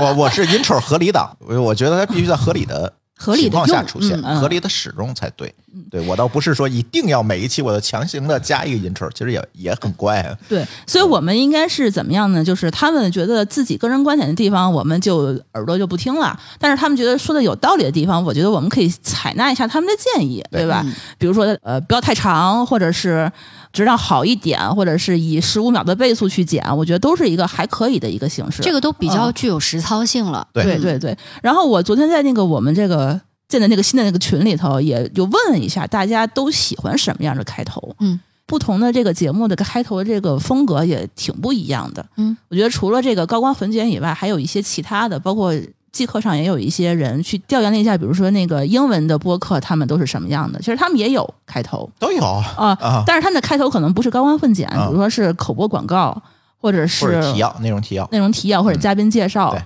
我我是 intro 合理党，我我觉得它必须在合理的 合理的情况下用出现，嗯嗯合理的使用才对。对我倒不是说一定要每一期我都强行的加一个 intro，其实也也很怪、啊。对，所以我们应该是怎么样呢？就是他们觉得自己个人观点的地方，我们就耳朵就不听了；但是他们觉得说的有道理的地方，我觉得我们可以采纳一下他们的建议，对吧？比如说呃，不要太长，或者是质量好一点，或者是以十五秒的倍速去剪，我觉得都是一个还可以的一个形式。这个都比较嗯具有实操性了。对对对对。然后我昨天在那个我们这个建的那个新的那个群里头，也就问了一下大家都喜欢什么样的开头。嗯，不同的这个节目的开头这个风格也挺不一样的。嗯，我觉得除了这个高光混剪以外，还有一些其他的，包括。即课上也有一些人去调研了一下，比如说那个英文的播客，他们都是什么样的？其实他们也有开头，都有啊啊，但是他们的开头可能不是高光混剪，啊比如说是口播广告，或者是或者提要内容提要，内容提要或者嘉宾介绍。嗯对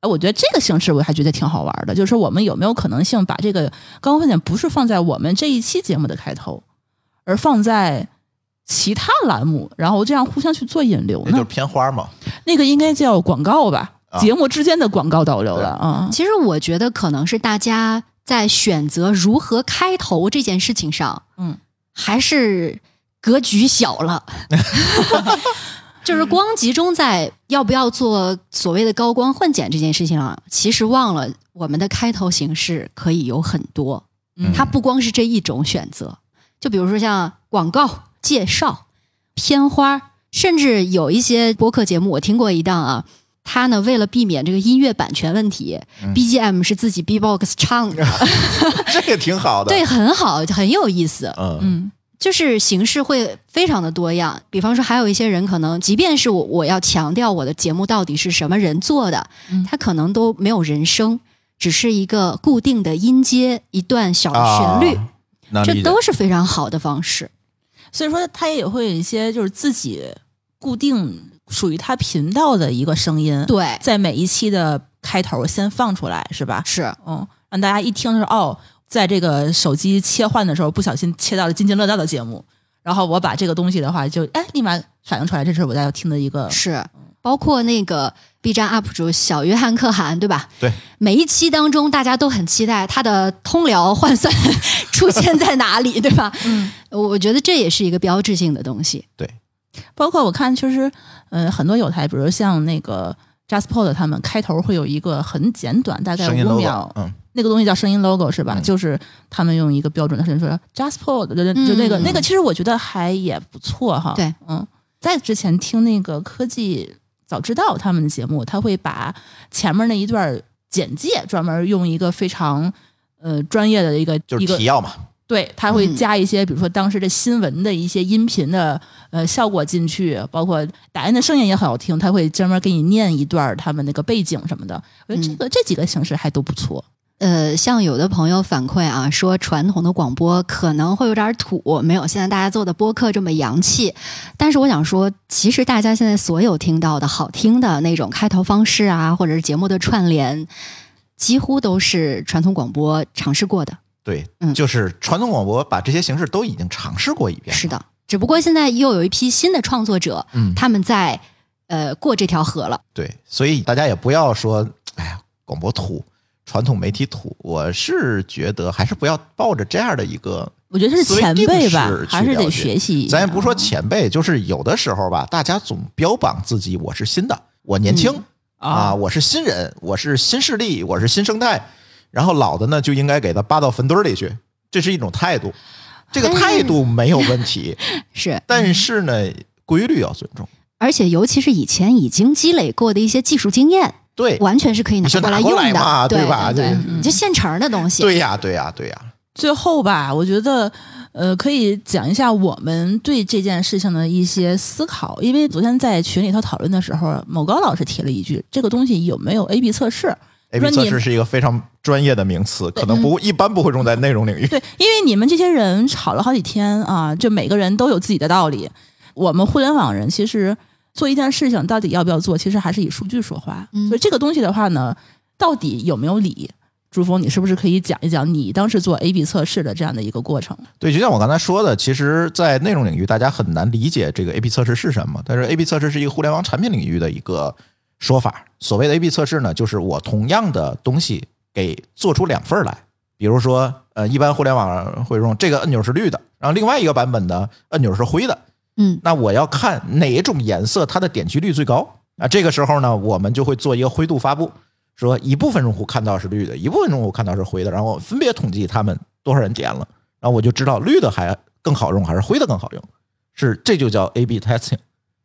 哎，我觉得这个形式我还觉得挺好玩的，就是说我们有没有可能性把这个高光分享不是放在我们这一期节目的开头，而放在其他栏目，然后这样互相去做引流那就是呢？偏花嘛。那个应该叫广告吧，啊节目之间的广告导流了啊。其实我觉得可能是大家在选择如何开头这件事情上，嗯，还是格局小 了，就是光集中在要不要做所谓的高光混剪这件事情上，其实忘了我们的开头形式可以有很多，嗯它不光是这一种选择，就比如说像广告介绍、片花，甚至有一些播客节目，我听过一档啊，他呢为了避免这个音乐版权问题、b 嗯 g m 是自己 B-box 唱 的，这个挺好的。对，，很好，很有意思，嗯，嗯就是形式会非常的多样。比方说，还有一些人可能，即便是我我要强调我的节目到底是什么人做的，嗯他可能都没有人声，只是一个固定的音阶，一段小啊旋律。能理这解都是非常好的方式。所以说他也会有一些就是自己固定属于他频道的一个声音，对，在每一期的开头先放出来，是吧？是嗯，让大家一听就是哦，在这个手机切换的时候不小心切到了津津乐道的节目，然后我把这个东西的话就哎立马反应出来，这是我在听的一嗯个是，包括那个 B 站 UP 主小约翰可汗，对吧？对，每一期当中，大家都很期待他的通辽换 算出现在哪里，对吧？嗯，我觉得这也是一个标志性的东西。包括我看，其实呃，很多有台，比如像那个 JustPod 他们开头会有一个很简短，大概声音五 logo，秒，嗯，那个东西叫声音 logo 是吧？嗯就是他们用一个标准的声音说 JustPod，就就就那个、嗯那个，其实我觉得还也不错哈。对，嗯，在之前听那个科技早知道他们的节目，他会把前面那一段简介专门用一个非常呃专业的一个就一是个提要嘛，对，他嗯会加一些，比如说当时的新闻的一些音频的呃效果进去，包括打印的声音也很好听，他会专门给你念一段他们那个背景什么的。我嗯觉得这个、这几个形式还都不错。呃，像有的朋友反馈啊，说传统的广播可能会有点土，没有现在大家做的播客这么洋气。但是我想说，其实大家现在所有听到的好听的那种开头方式啊，或者是节目的串联，几乎都是传统广播尝试过的。对，嗯就是传统广播把这些形式都已经尝试过一遍了，是的，只不过现在又有一批新的创作者，嗯他们在呃过这条河了。对，所以大家也不要说，哎呀，广播土，传统媒体土。我是觉得还是不要抱着这样的一个，我觉得是前辈吧思维定式，去还是了得解学习一下。啊咱也不啊说前辈，就是有的时候吧，大家总标榜自己我是新的，我年轻、嗯啊，我是新人，我是新势力，我是新生态，然后老的呢就应该给他扒到坟堆里去，这是一种态度，这个态度没有问题，是， 但是呢，规律要尊重。而且尤其是以前已经积累过的一些技术经验，对，完全是可以拿你就过拿用过来嘛的，对对吧对，就是你这现成儿的东西。对呀，对呀，对呀，最后吧，我觉得，呃，可以讲一下我们对这件事情的一些思考。因为昨天在群里头讨论的时候，某高老师提了一句：“这个东西有没有 A/B 测试？” A 说 B 测你试是一个非常专业的名词，可能不一般不会用在内容领域。对，因为你们这些人吵了好几天啊，就每个人都有自己的道理。我们互联网人其实做一件事情到底要不要做，其实还是以数据说话。嗯所以这个东西的话呢，到底有没有理？朱峰，你是不是可以讲一讲你当时做 A/B 测试的这样的一个过程？对，就像我刚才说的，其实，在内容领域，大家很难理解这个 A B 测试是什么。但是 A B 测试是一个互联网产品领域的一个说法。所谓的 A B 测试呢，就是我同样的东西给做出两份儿来，比如说，呃，一般互联网会用这个按钮是绿的，然后另外一个版本的按钮是灰的。嗯，那我要看哪一种颜色它的点击率最高啊。这个时候呢，我们就会做一个灰度发布，说一部分用户看到是绿的，一部分用户看到是灰的，然后我分别统计他们多少人点了，然后我就知道绿的还更好用还是灰的更好用，是这就叫 A/B testing。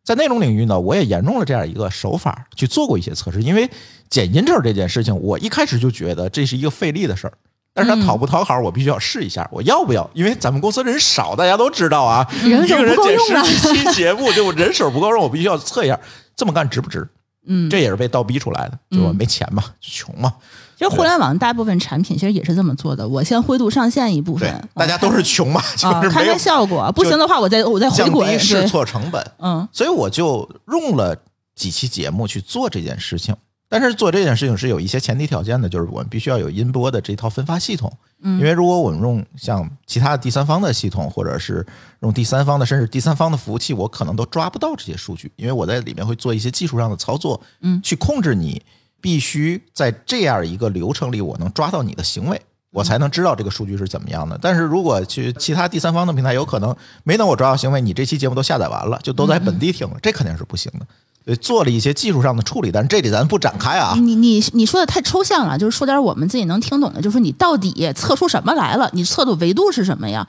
在内容领域呢，我也沿用了这样一个手法去做过一些测试，因为剪音证这件事情，我一开始就觉得这是一个费力的事儿。但是它讨不讨好，我必须要试一下，我要不要？因为咱们公司人少，大家都知道啊，人一手个人不够剪用十啊几期节目，就我人手不够用，我必须要测一下，这么干值不值？嗯，这也是被倒逼出来的，就是我嗯没钱嘛，就穷嘛，其实互联网大部分产品其实也是这么做的，我先灰度上线一部对分，，大家都是穷嘛，就啊是看没有看效果，不行的话我再我再回降低滚，试对，错成本。嗯所以我就用了几期节目去做这件事情。但是做这件事情是有一些前提条件的，就是我们必须要有音波的这套分发系统。嗯因为如果我们用像其他的第三方的系统，或者是用第三方的，甚至第三方的服务器，我可能都抓不到这些数据，因为我在里面会做一些技术上的操作，嗯去控制你必须在这样一个流程里，我能抓到你的行为。我才能知道这个数据是怎么样的。但是如果去其他第三方的平台，有可能没等我抓到行为，你这期节目都下载完了，就都在本地听了，这肯定是不行的。所以做了一些技术上的处理，但是这里咱不展开啊。你你你说的太抽象了，就是说点我们自己能听懂的，就是说你到底测出什么来了？你测的维度是什么呀？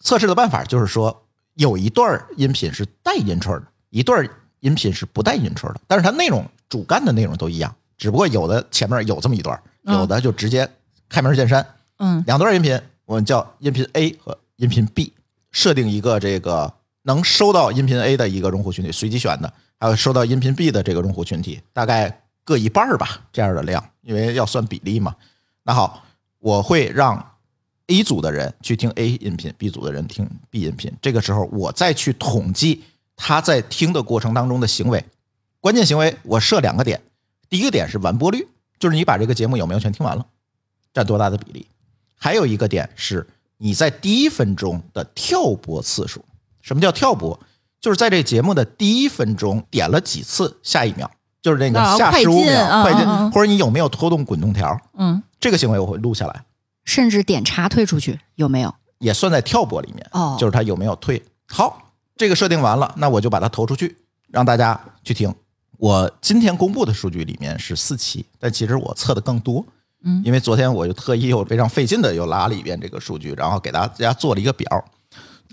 测试的办法就是说，有一段音频是带音戳的，一段音频是不带音戳的，但是它内容主干的内容都一样，只不过有的前面有这么一段，嗯有的就直接开门见山。嗯两段音频，我们叫音频 A 和音频 B，设定一个这个能收到音频 A 的一个用户群体，随机选的，还有收到音频 B 的这个用户群体，大概各一半儿吧，这样的量，因为要算比例嘛。那好，我会让 A 组的人去听 A 音频，B 组的人听 B 音频。这个时候，我再去统计他在听的过程当中的行为，关键行为我设两个点，第一个点是完播率，就是你把这个节目有没有全听完了，占多大的比例。还有一个点是你在第一分钟的跳播次数。什么叫跳播？就是在这节目的第一分钟点了几次下一秒，就是那啊个下快十五进秒啊快进啊啊，或者你有没有拖动滚动条，嗯，这个行为我会录下来，甚至点叉退出去有没有？也算在跳播里面。哦就是它有没有退。好，这个设定完了，那我就把它投出去，让大家去听。我今天公布的数据里面是四期，但其实我测的更多。嗯因为昨天我就特意又非常费劲的又拉了一遍这个数据，然后给大家做了一个表。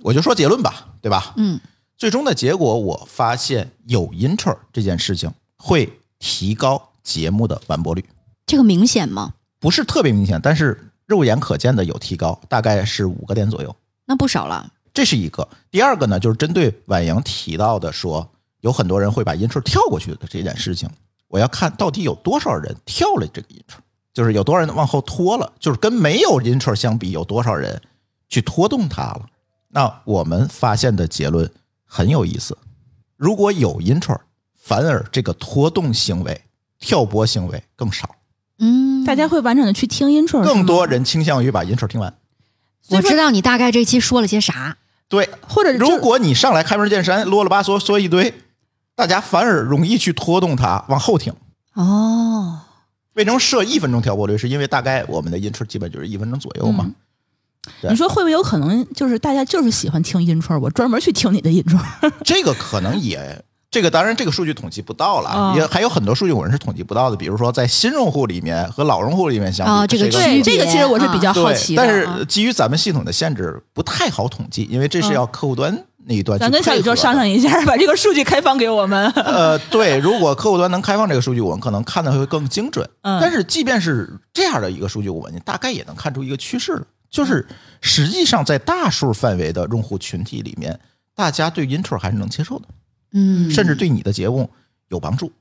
我就说结论吧，对吧？嗯，最终的结果我发现有 intro 这件事情会提高节目的完播率。这个明显吗？不是特别明显，但是肉眼可见的有提高，大概是五个点左右，那不少了。这是一个。第二个呢，就是针对婉莹提到的说，有很多人会把音处跳过去的这件事情，我要看到底有多少人跳了这个音处，就是有多少人往后拖了，就是跟没有音处相比，有多少人去拖动它了。那我们发现的结论很有意思，如果有音处，反而这个拖动行为、跳拨行为更少，嗯，大家会完整的去听 intro，是吗更多人倾向于把音处听完。我知道你大概这期说了些啥，对，或者就如果你上来开门见山，啰里吧嗦说一堆，大家反而容易去拖动它往后挺。哦，为什么设一分钟调拨率？是因为大概我们的音处基本就是一分钟左右嘛。嗯对你说会不会有可能就是大家就是喜欢听 intro，我专门去听你的 intro，这个可能也，这个当然这个数据统计不到了，哦也还有很多数据我们是统计不到的，比如说在新用户里面和老用户里面相比，哦这个这区别对啊这个其实我是比较对好奇的，但啊是基于咱们系统的限制，不太好统计，因为这是要客户端那一端去嗯咱跟小宇配合宙的商量一下，把这个数据开放给我们。呃，对，如果客户端能开放这个数据，我们可能看的会更精准。嗯但是即便是这样的一个数据，我们大概也能看出一个趋势了，就是实际上在大数范围的用户群体里面，大家对 intro 还是能接受的，嗯，甚至对你的节目有帮助。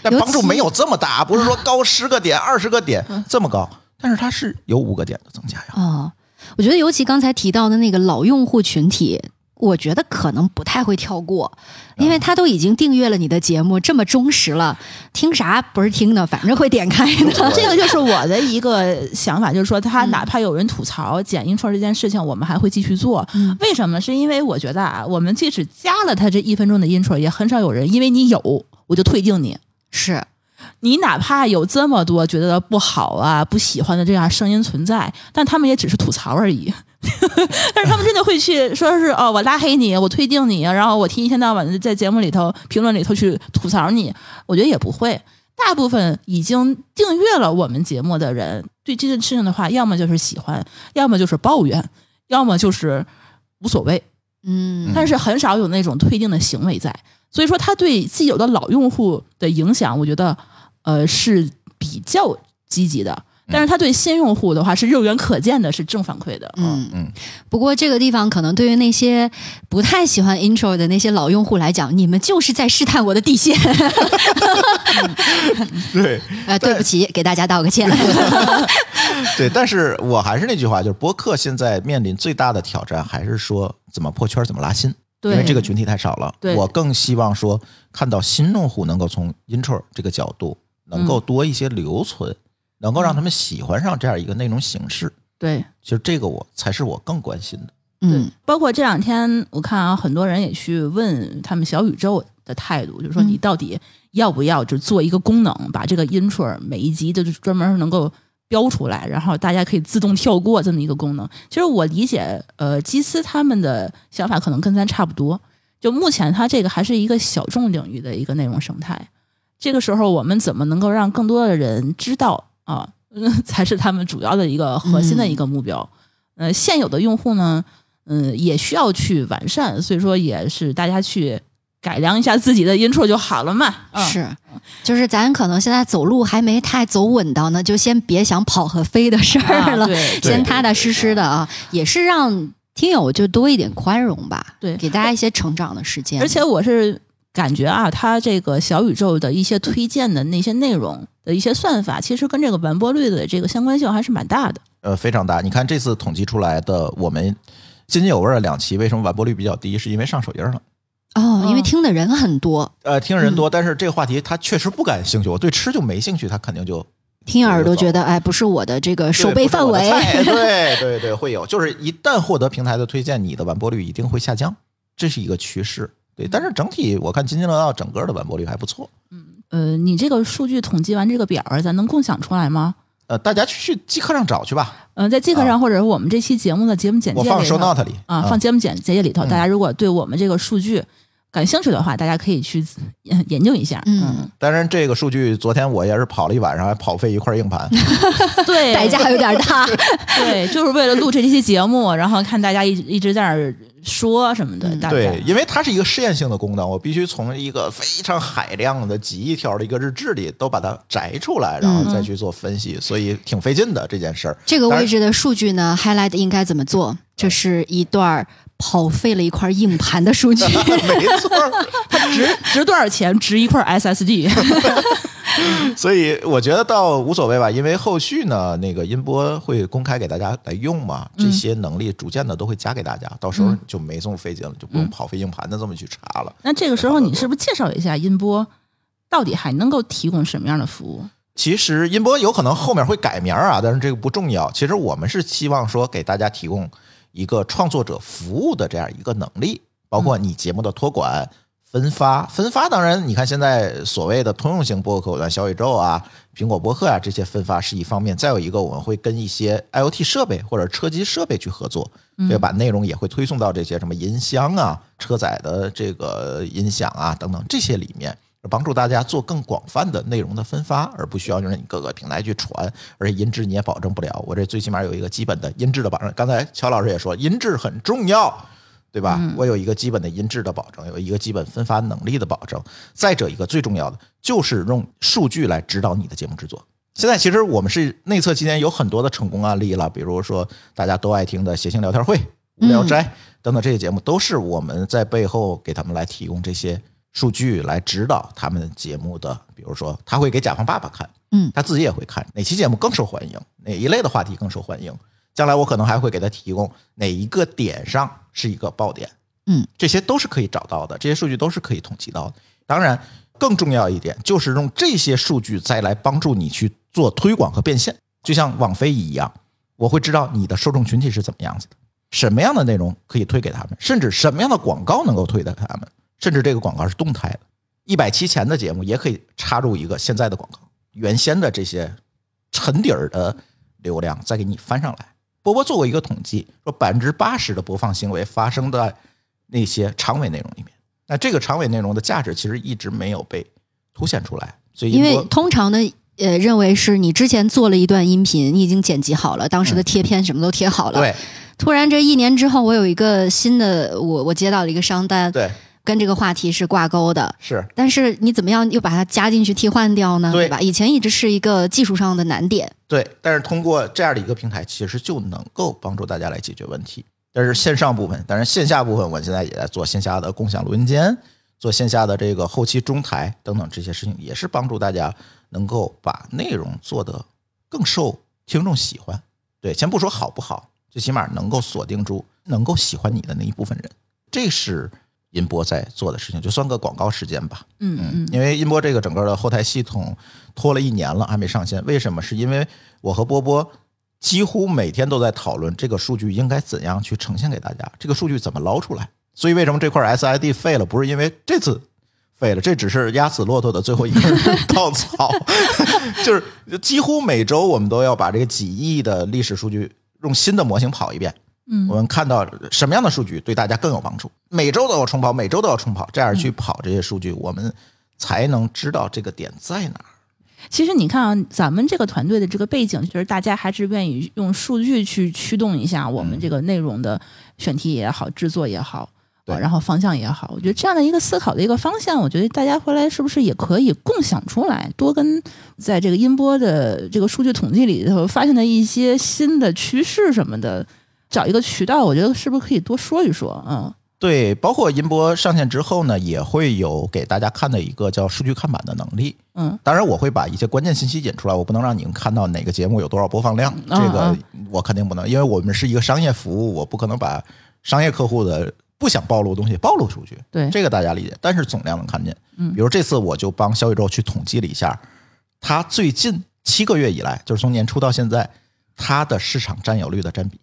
但尤帮助其没有这么大，不是说高十个点、二十个点这么高，但是它是有五个点的增加呀。哦，我觉得尤其刚才提到的那个老用户群体，我觉得可能不太会跳过，因为他都已经订阅了你的节目，这么忠实了，听啥不是听呢，反正会点开的。这个就是我的一个想法，就是说，他哪怕有人吐槽剪映 t 这件事情，我们还会继续做。为什么？是因为我觉得啊，我们即使加了他这一分钟的 intro，也很少有人因为你有我就退订你。 是，你哪怕有这么多觉得不好啊、不喜欢的这样声音存在，但他们也只是吐槽而已。 但是他们真的会去说是哦，我拉黑你，我退订你，然后我听一天到晚的在节目里头、评论里头去吐槽你，我觉得也不会。大部分已经订阅了我们节目的人，对这件事情的话，要么就是喜欢，要么就是抱怨，要么就是无所谓。嗯但是很少有那种退订的行为在。所以说，它对既有的老用户的影响，我觉得呃是比较积极的。但是它对新用户的话是肉眼可见的，是正反馈的。嗯嗯。不过这个地方可能对于那些不太喜欢 intro 的那些老用户来讲，你们就是在试探我的底线。 对呃，对不起，给大家道个 歉。对，但是我还是那句话，就是播客现在面临最大的挑战，还是说怎么破圈儿，怎么拉新。对因为这个群体太少了。对我更希望说看到新用户能够从 intro 这个角度，嗯能够多一些留存，能够让他们喜欢上这样一个内容形式。对，其实这个我才是我更关心的。嗯，包括这两天我看啊，很多人也去问他们小宇宙的态度，就是说你到底要不要就做一个功能，把这个 intro 每一集就是专门能够标出来，然后大家可以自动跳过这么一个功能。其实我理解，呃，基斯他们的想法可能跟咱差不多，就目前它这个还是一个小众领域的一个内容生态。这个时候，我们怎么能够让更多的人知道啊？才是他们主要的一个核心的一个目标。呃，现有的用户呢，嗯，也需要去完善，所以说也是大家去改良一下自己的 intro 就好了嘛。嗯、，是，就是咱可能现在走路还没太走稳当呢，就先别想跑和飞的事儿了啊、，对对先踏踏实实的啊，也是让听友就多一点宽容吧，对给大家一些成长的时间。而且我是感觉啊，它这个小宇宙的一些推荐的那些内容的一些算法，其实跟这个完播率的这个相关性还是蛮大的。呃，非常大。你看这次统计出来的，我们津津有味儿的两期，为什么完播率比较低？是因为上首页了。哦，因为嗯听的人很多，呃，听人多，但是这个话题他确实不感兴趣。我对吃就没兴趣，他肯定就听耳朵觉得哎，不是我的这个对手背范围不是。我的 菜对对对，会有，就是一旦获得平台的推荐，你的完播率一定会下降，这是一个趋势。对，但是整体我看津津乐道整个的完播率还不错。呃，你这个数据统计完这个表儿，咱能共享出来吗？呃，大家去即刻上找去吧，嗯、在即刻上，或者是我们这期节目的节目简啊介我里放头 show note 里嗯啊，放节目简介里头，大家如果对我们这个数据感兴趣的话，大家可以去嗯研究一下。嗯，当然，这个数据昨天我也是跑了一晚上，还跑废一块硬盘。 对，代价有点大，对，就是为了录这期节目，然后看大家一一直在那儿说什么的，大概对， 因为它是一个试验性的功能，我必须从一个非常海量的几亿条的一个日志里都把它摘出来，然后再去做分析，所以挺费劲的这件事儿。 这个当位然置的数据呢，highlight 应该怎么做？这是一段儿跑废了一块硬盘的数 据。没错儿，值值多少钱？值一块 SSD。所以我觉得倒无所谓吧，因为后续呢，那个音波会公开给大家来用嘛，这些能力逐渐的都会加给大家，到时候就没这么费劲了，就不用跑飞硬盘的这么去查了。那这个时候，你是不是介绍一下音波到底还能够提供什么样的服务？其实音波有可能后面会改名儿啊，但是这个不重要。其实我们是希望说给大家提供一个创作者服务的这样一个能力，包括你节目的托管、分发、分发。当然，你看现在所谓的通用型播客，我在小宇宙啊、苹果播客啊这些分发是一方面，再有一个我们会跟一些 IoT 设备或者车机设备去合作，对吧？内容也会推送到这些什么音箱啊、车载的这个音响啊等等这些里面。帮助大家做更广泛的内容的分发，而不需要就是你各个平台去传，而且音质你也保证不了。我这最起码有一个基本的音质的保证。刚才乔老师也说，音质很重要，对吧？我有一个基本的音质的保证，有一个基本分发能力的保证。再者一个最重要的就是用数据来指导你的节目制作。现在其实我们是内测期间有很多的成功案例了，比如说大家都爱听的谐星聊天会、无聊斋等等这些节目，都是我们在背后给他们来提供这些数据来指导他们节目的。比如说，他会给甲方爸爸看，嗯他自己也会看哪期节目更受欢迎，哪一类的话题更受欢迎。将来我可能还会给他提供哪一个点上是一个爆点，嗯，这些都是可以找到的，这些数据都是可以统计到的。当然，更重要一点就是用这些数据再来帮助你去做推广和变现，就像网飞一样，我会知道你的受众群体是怎么样子的，什么样的内容可以推给他们，甚至什么样的广告能够推给他们，甚至这个广告是动态的。一百期前的节目也可以插入一个现在的广告，原先的这些沉底儿的流量再给你翻上来。波波做过一个统计，说百分之八十的播放行为发生在那些长尾内容里面。那这个长尾内容的价值其实一直没有被凸显出来，所以因为波通常呢，呃，认为是你之前做了一段音频，你已经剪辑好了，当时的贴片什么都贴好了。嗯对突然这一年之后，我有一个新的，我我接到了一个商单，对跟这个话题是挂钩的。是但是你怎么样又把它加进去替换掉呢？对吧？以前一直是一个技术上的难点。对，但是通过这样的一个平台，其实就能够帮助大家来解决问题。但是线上部分，当然线下部分，我现在也在做线下的共享录音间，做线下的这个后期中台等等这些事情，也是帮助大家能够把内容做得更受听众喜欢。对，先不说好不好，最起码能够锁定住能够喜欢你的那一部分人，这是音波在做的事情，就算个广告时间吧。嗯嗯，因为音波这个整个的后台系统拖了一年了，还没上线。为什么？是因为我和波波几乎每天都在讨论这个数据应该怎样去呈现给大家，这个数据怎么捞出来。所以为什么这块 SID 废了？不是因为这次废了，这只是压死骆驼的最后一根稻草。就是几乎每周我们都要把这个几亿的历史数据用新的模型跑一遍。嗯，我们看到什么样的数据对大家更有帮助？每周都要重跑，每周都要重跑，这样去跑这些数据，我们才能知道这个点在哪儿。其实你看啊，咱们这个团队的这个背景，就是大家还是愿意用数据去驱动一下我们这个内容的选题也好，制作也好，对啊然后方向也好。我觉得这样的一个思考的一个方向，我觉得大家回来是不是也可以共享出来，多跟在这个音波的这个数据统计里头发现的一些新的趋势什么的，找一个渠道，我觉得是不是可以多说一说？嗯对，包括音波上线之后呢，也会有给大家看的一个叫数据看板的能力。嗯，当然我会把一些关键信息引出来，我不能让你们看到哪个节目有多少播放量，这个嗯我肯定不能，因为我们是一个商业服务，我不可能把商业客户的不想暴露的东西暴露出去。对这个大家理解，但是总量能看见。嗯，比如这次我就帮小宇宙去统计了一下，它最近七个月以来，就是从年初到现在，它的市场占有率的占比。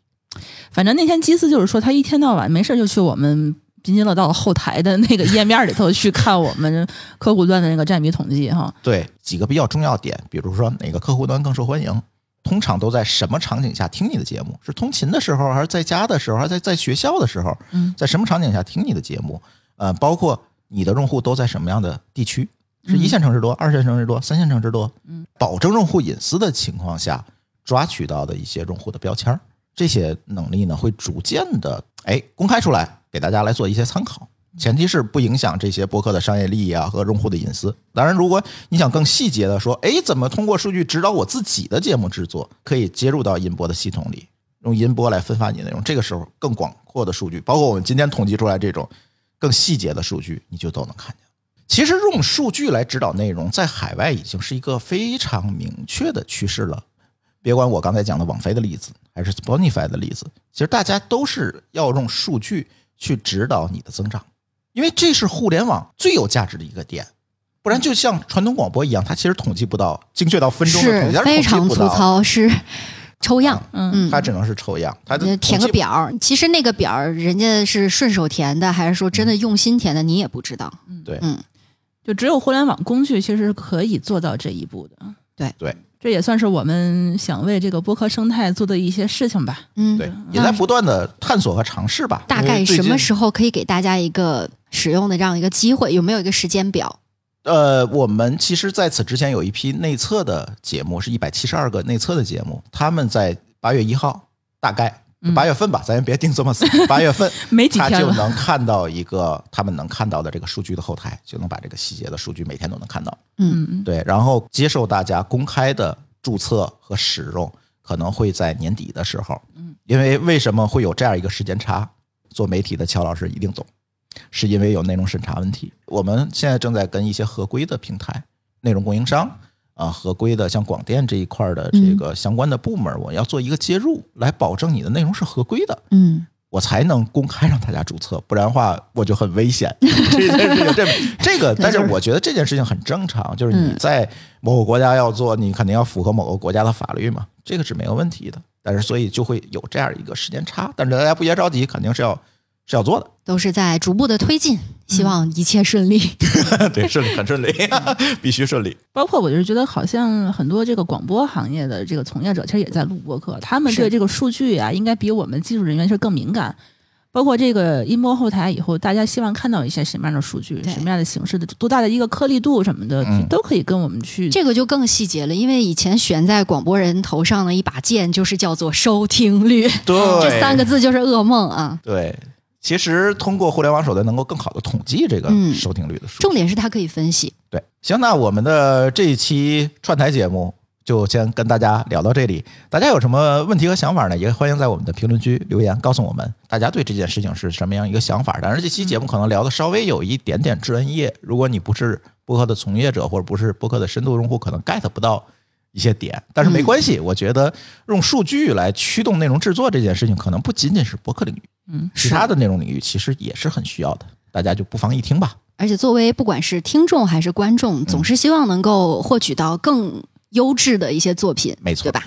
反正那天基斯就是说，他一天到晚没事就去我们津津乐道后台的那个页面里头去看我们客户端的那个占比统计哈。对几个比较重要点，比如说哪个客户端更受欢迎，通常都在什么场景下听你的节目？是通勤的时候，还是在家的时候，还是在在学校的时候？嗯，在什么场景下听你的节目？呃，包括你的用户都在什么样的地区？是一线城市多，二线城市多，三线城市多？嗯，保证用户隐私的情况下，抓取到的一些用户的标签儿，这些能力呢会逐渐的哎公开出来。给大家来做一些参考。前提是不影响这些播客的商业利益啊和用户的隐私。当然，如果你想更细节的说，哎，怎么通过数据指导我自己的节目制作，可以接入到音波的系统里，用音波来分发你的内容。这个时候，更广阔的数据，包括我们今天统计出来这种更细节的数据，你就都能看见。其实用数据来指导内容，在海外已经是一个非常明确的趋势了。别管我刚才讲的网飞的例子，还是 Spotify 的例子，其实大家都是要用数据去指导你的增长，因为这是互联网最有价值的一个点。不然就像传统广播一样，它其实统计不到精确到分钟的统是计，它非是统常计不粗到，啊糙，是抽样，嗯它只能是抽样，它呃的填个统计表儿。其实那个表儿，人家是顺手填的，还是说真的用心填的，你也不知道。就只有互联网工具其实是可以做到这一步的。对对，这也算是我们想为这个播客生态做的一些事情吧。嗯，对，也在不断的探索和尝试吧。大因为概最什近么时候可以给大家一个使用的这样一个机会？有没有一个时间表？呃，我们其实在此之前有一批内测的节目，是一百七十二个内测的节目，他们在八月一号，大概嗯八月份吧， 咱也别定这 么死，八月份没几他天就了能看到一个他们能看到的这个数据的后台，就能把这个细节的数据每天都能看到。嗯，对，然后接受大家公开的注册和使用，可能会在年底的时候。嗯，因为为什么会有这样一个时间差？做媒体的乔老师一定懂，是因为有内容审查问题。我们现在正在跟一些合规的平台、内容供应商啊、合规的像广电这一块的这个相关的部门，我要做一个接入，来保证你的内容是合规的。嗯，我才能公开让大家注册，不然的话我就很危险。 这件事情，这这个，但是我觉得这件事情很正常，就是嗯你在某个国家要做，你肯定要符合某个国家的法律嘛，这个是没有问题的。但是所以就会有这样一个时间差，但是大家不要着急，肯定是要是要做的， 都是在逐步的推进，希望一切顺利。对，顺利很顺利， 必须顺利。包括我就是觉得，好像很多这个广播行业的这个从业者，其实也在录播客，他们是对这个数据啊，应该比我们技术人员是更敏感。包括这个音波后台以后，大家希望看到一些什么样的数据，对什么样的形式的，多大的一个颗粒度什么的，嗯都可以跟我们去这个就更细节了，因为以前悬在广播人头上的一把剑就是叫做收听率，对，这三个字就是噩梦啊。对，其实通过互联网手段能够更好的统计这个嗯收听率的数据。重点是它可以分析。对，行，那我们的这一期串台节目就先跟大家聊到这里。大家有什么问题和想法呢？也欢迎在我们的评论区留言告诉我们，大家对这件事情是什么样一个想法。当然，这期节目可能聊的稍微有一点点专业，如果你不是播客的从业者或者不是播客的深度用户，可能 get 不到。一些点，但是没关系，我觉得用数据来驱动内容制作这件事情，可能不仅仅是播客领域，嗯，其他的内容领域其实也是很需要的，大家就不妨一听吧。而且作为不管是听众还是观众，总是希望能够获取到更优质的一些作品，没错对吧？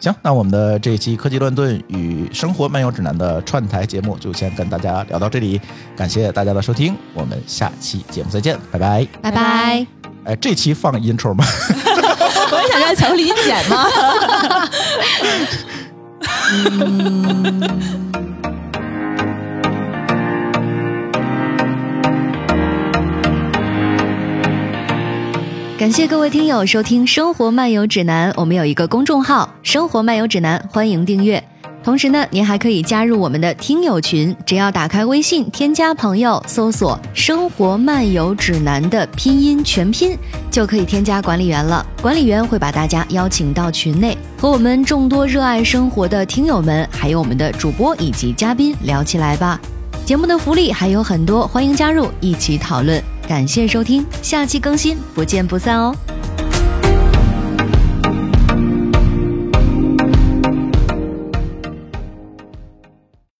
行，那我们的这一期《科技乱炖与生活漫游指南》的串台节目就先跟大家聊到这里，感谢大家的收听，我们下期节目再见，拜拜。拜拜哎，这期放 intro 吗？我也想让巧克力你剪吗？感谢各位听友收听《生活漫游指南》，我们有一个公众号《生活漫游指南》，欢迎订阅。同时呢，您还可以加入我们的听友群，只要打开微信添加朋友，搜索“生活漫游指南”的拼音全拼，就可以添加管理员了。管理员会把大家邀请到群内，和我们众多热爱生活的听友们，还有我们的主播以及嘉宾聊起来吧。节目的福利还有很多，欢迎加入一起讨论。感谢收听，下期更新，不见不散哦。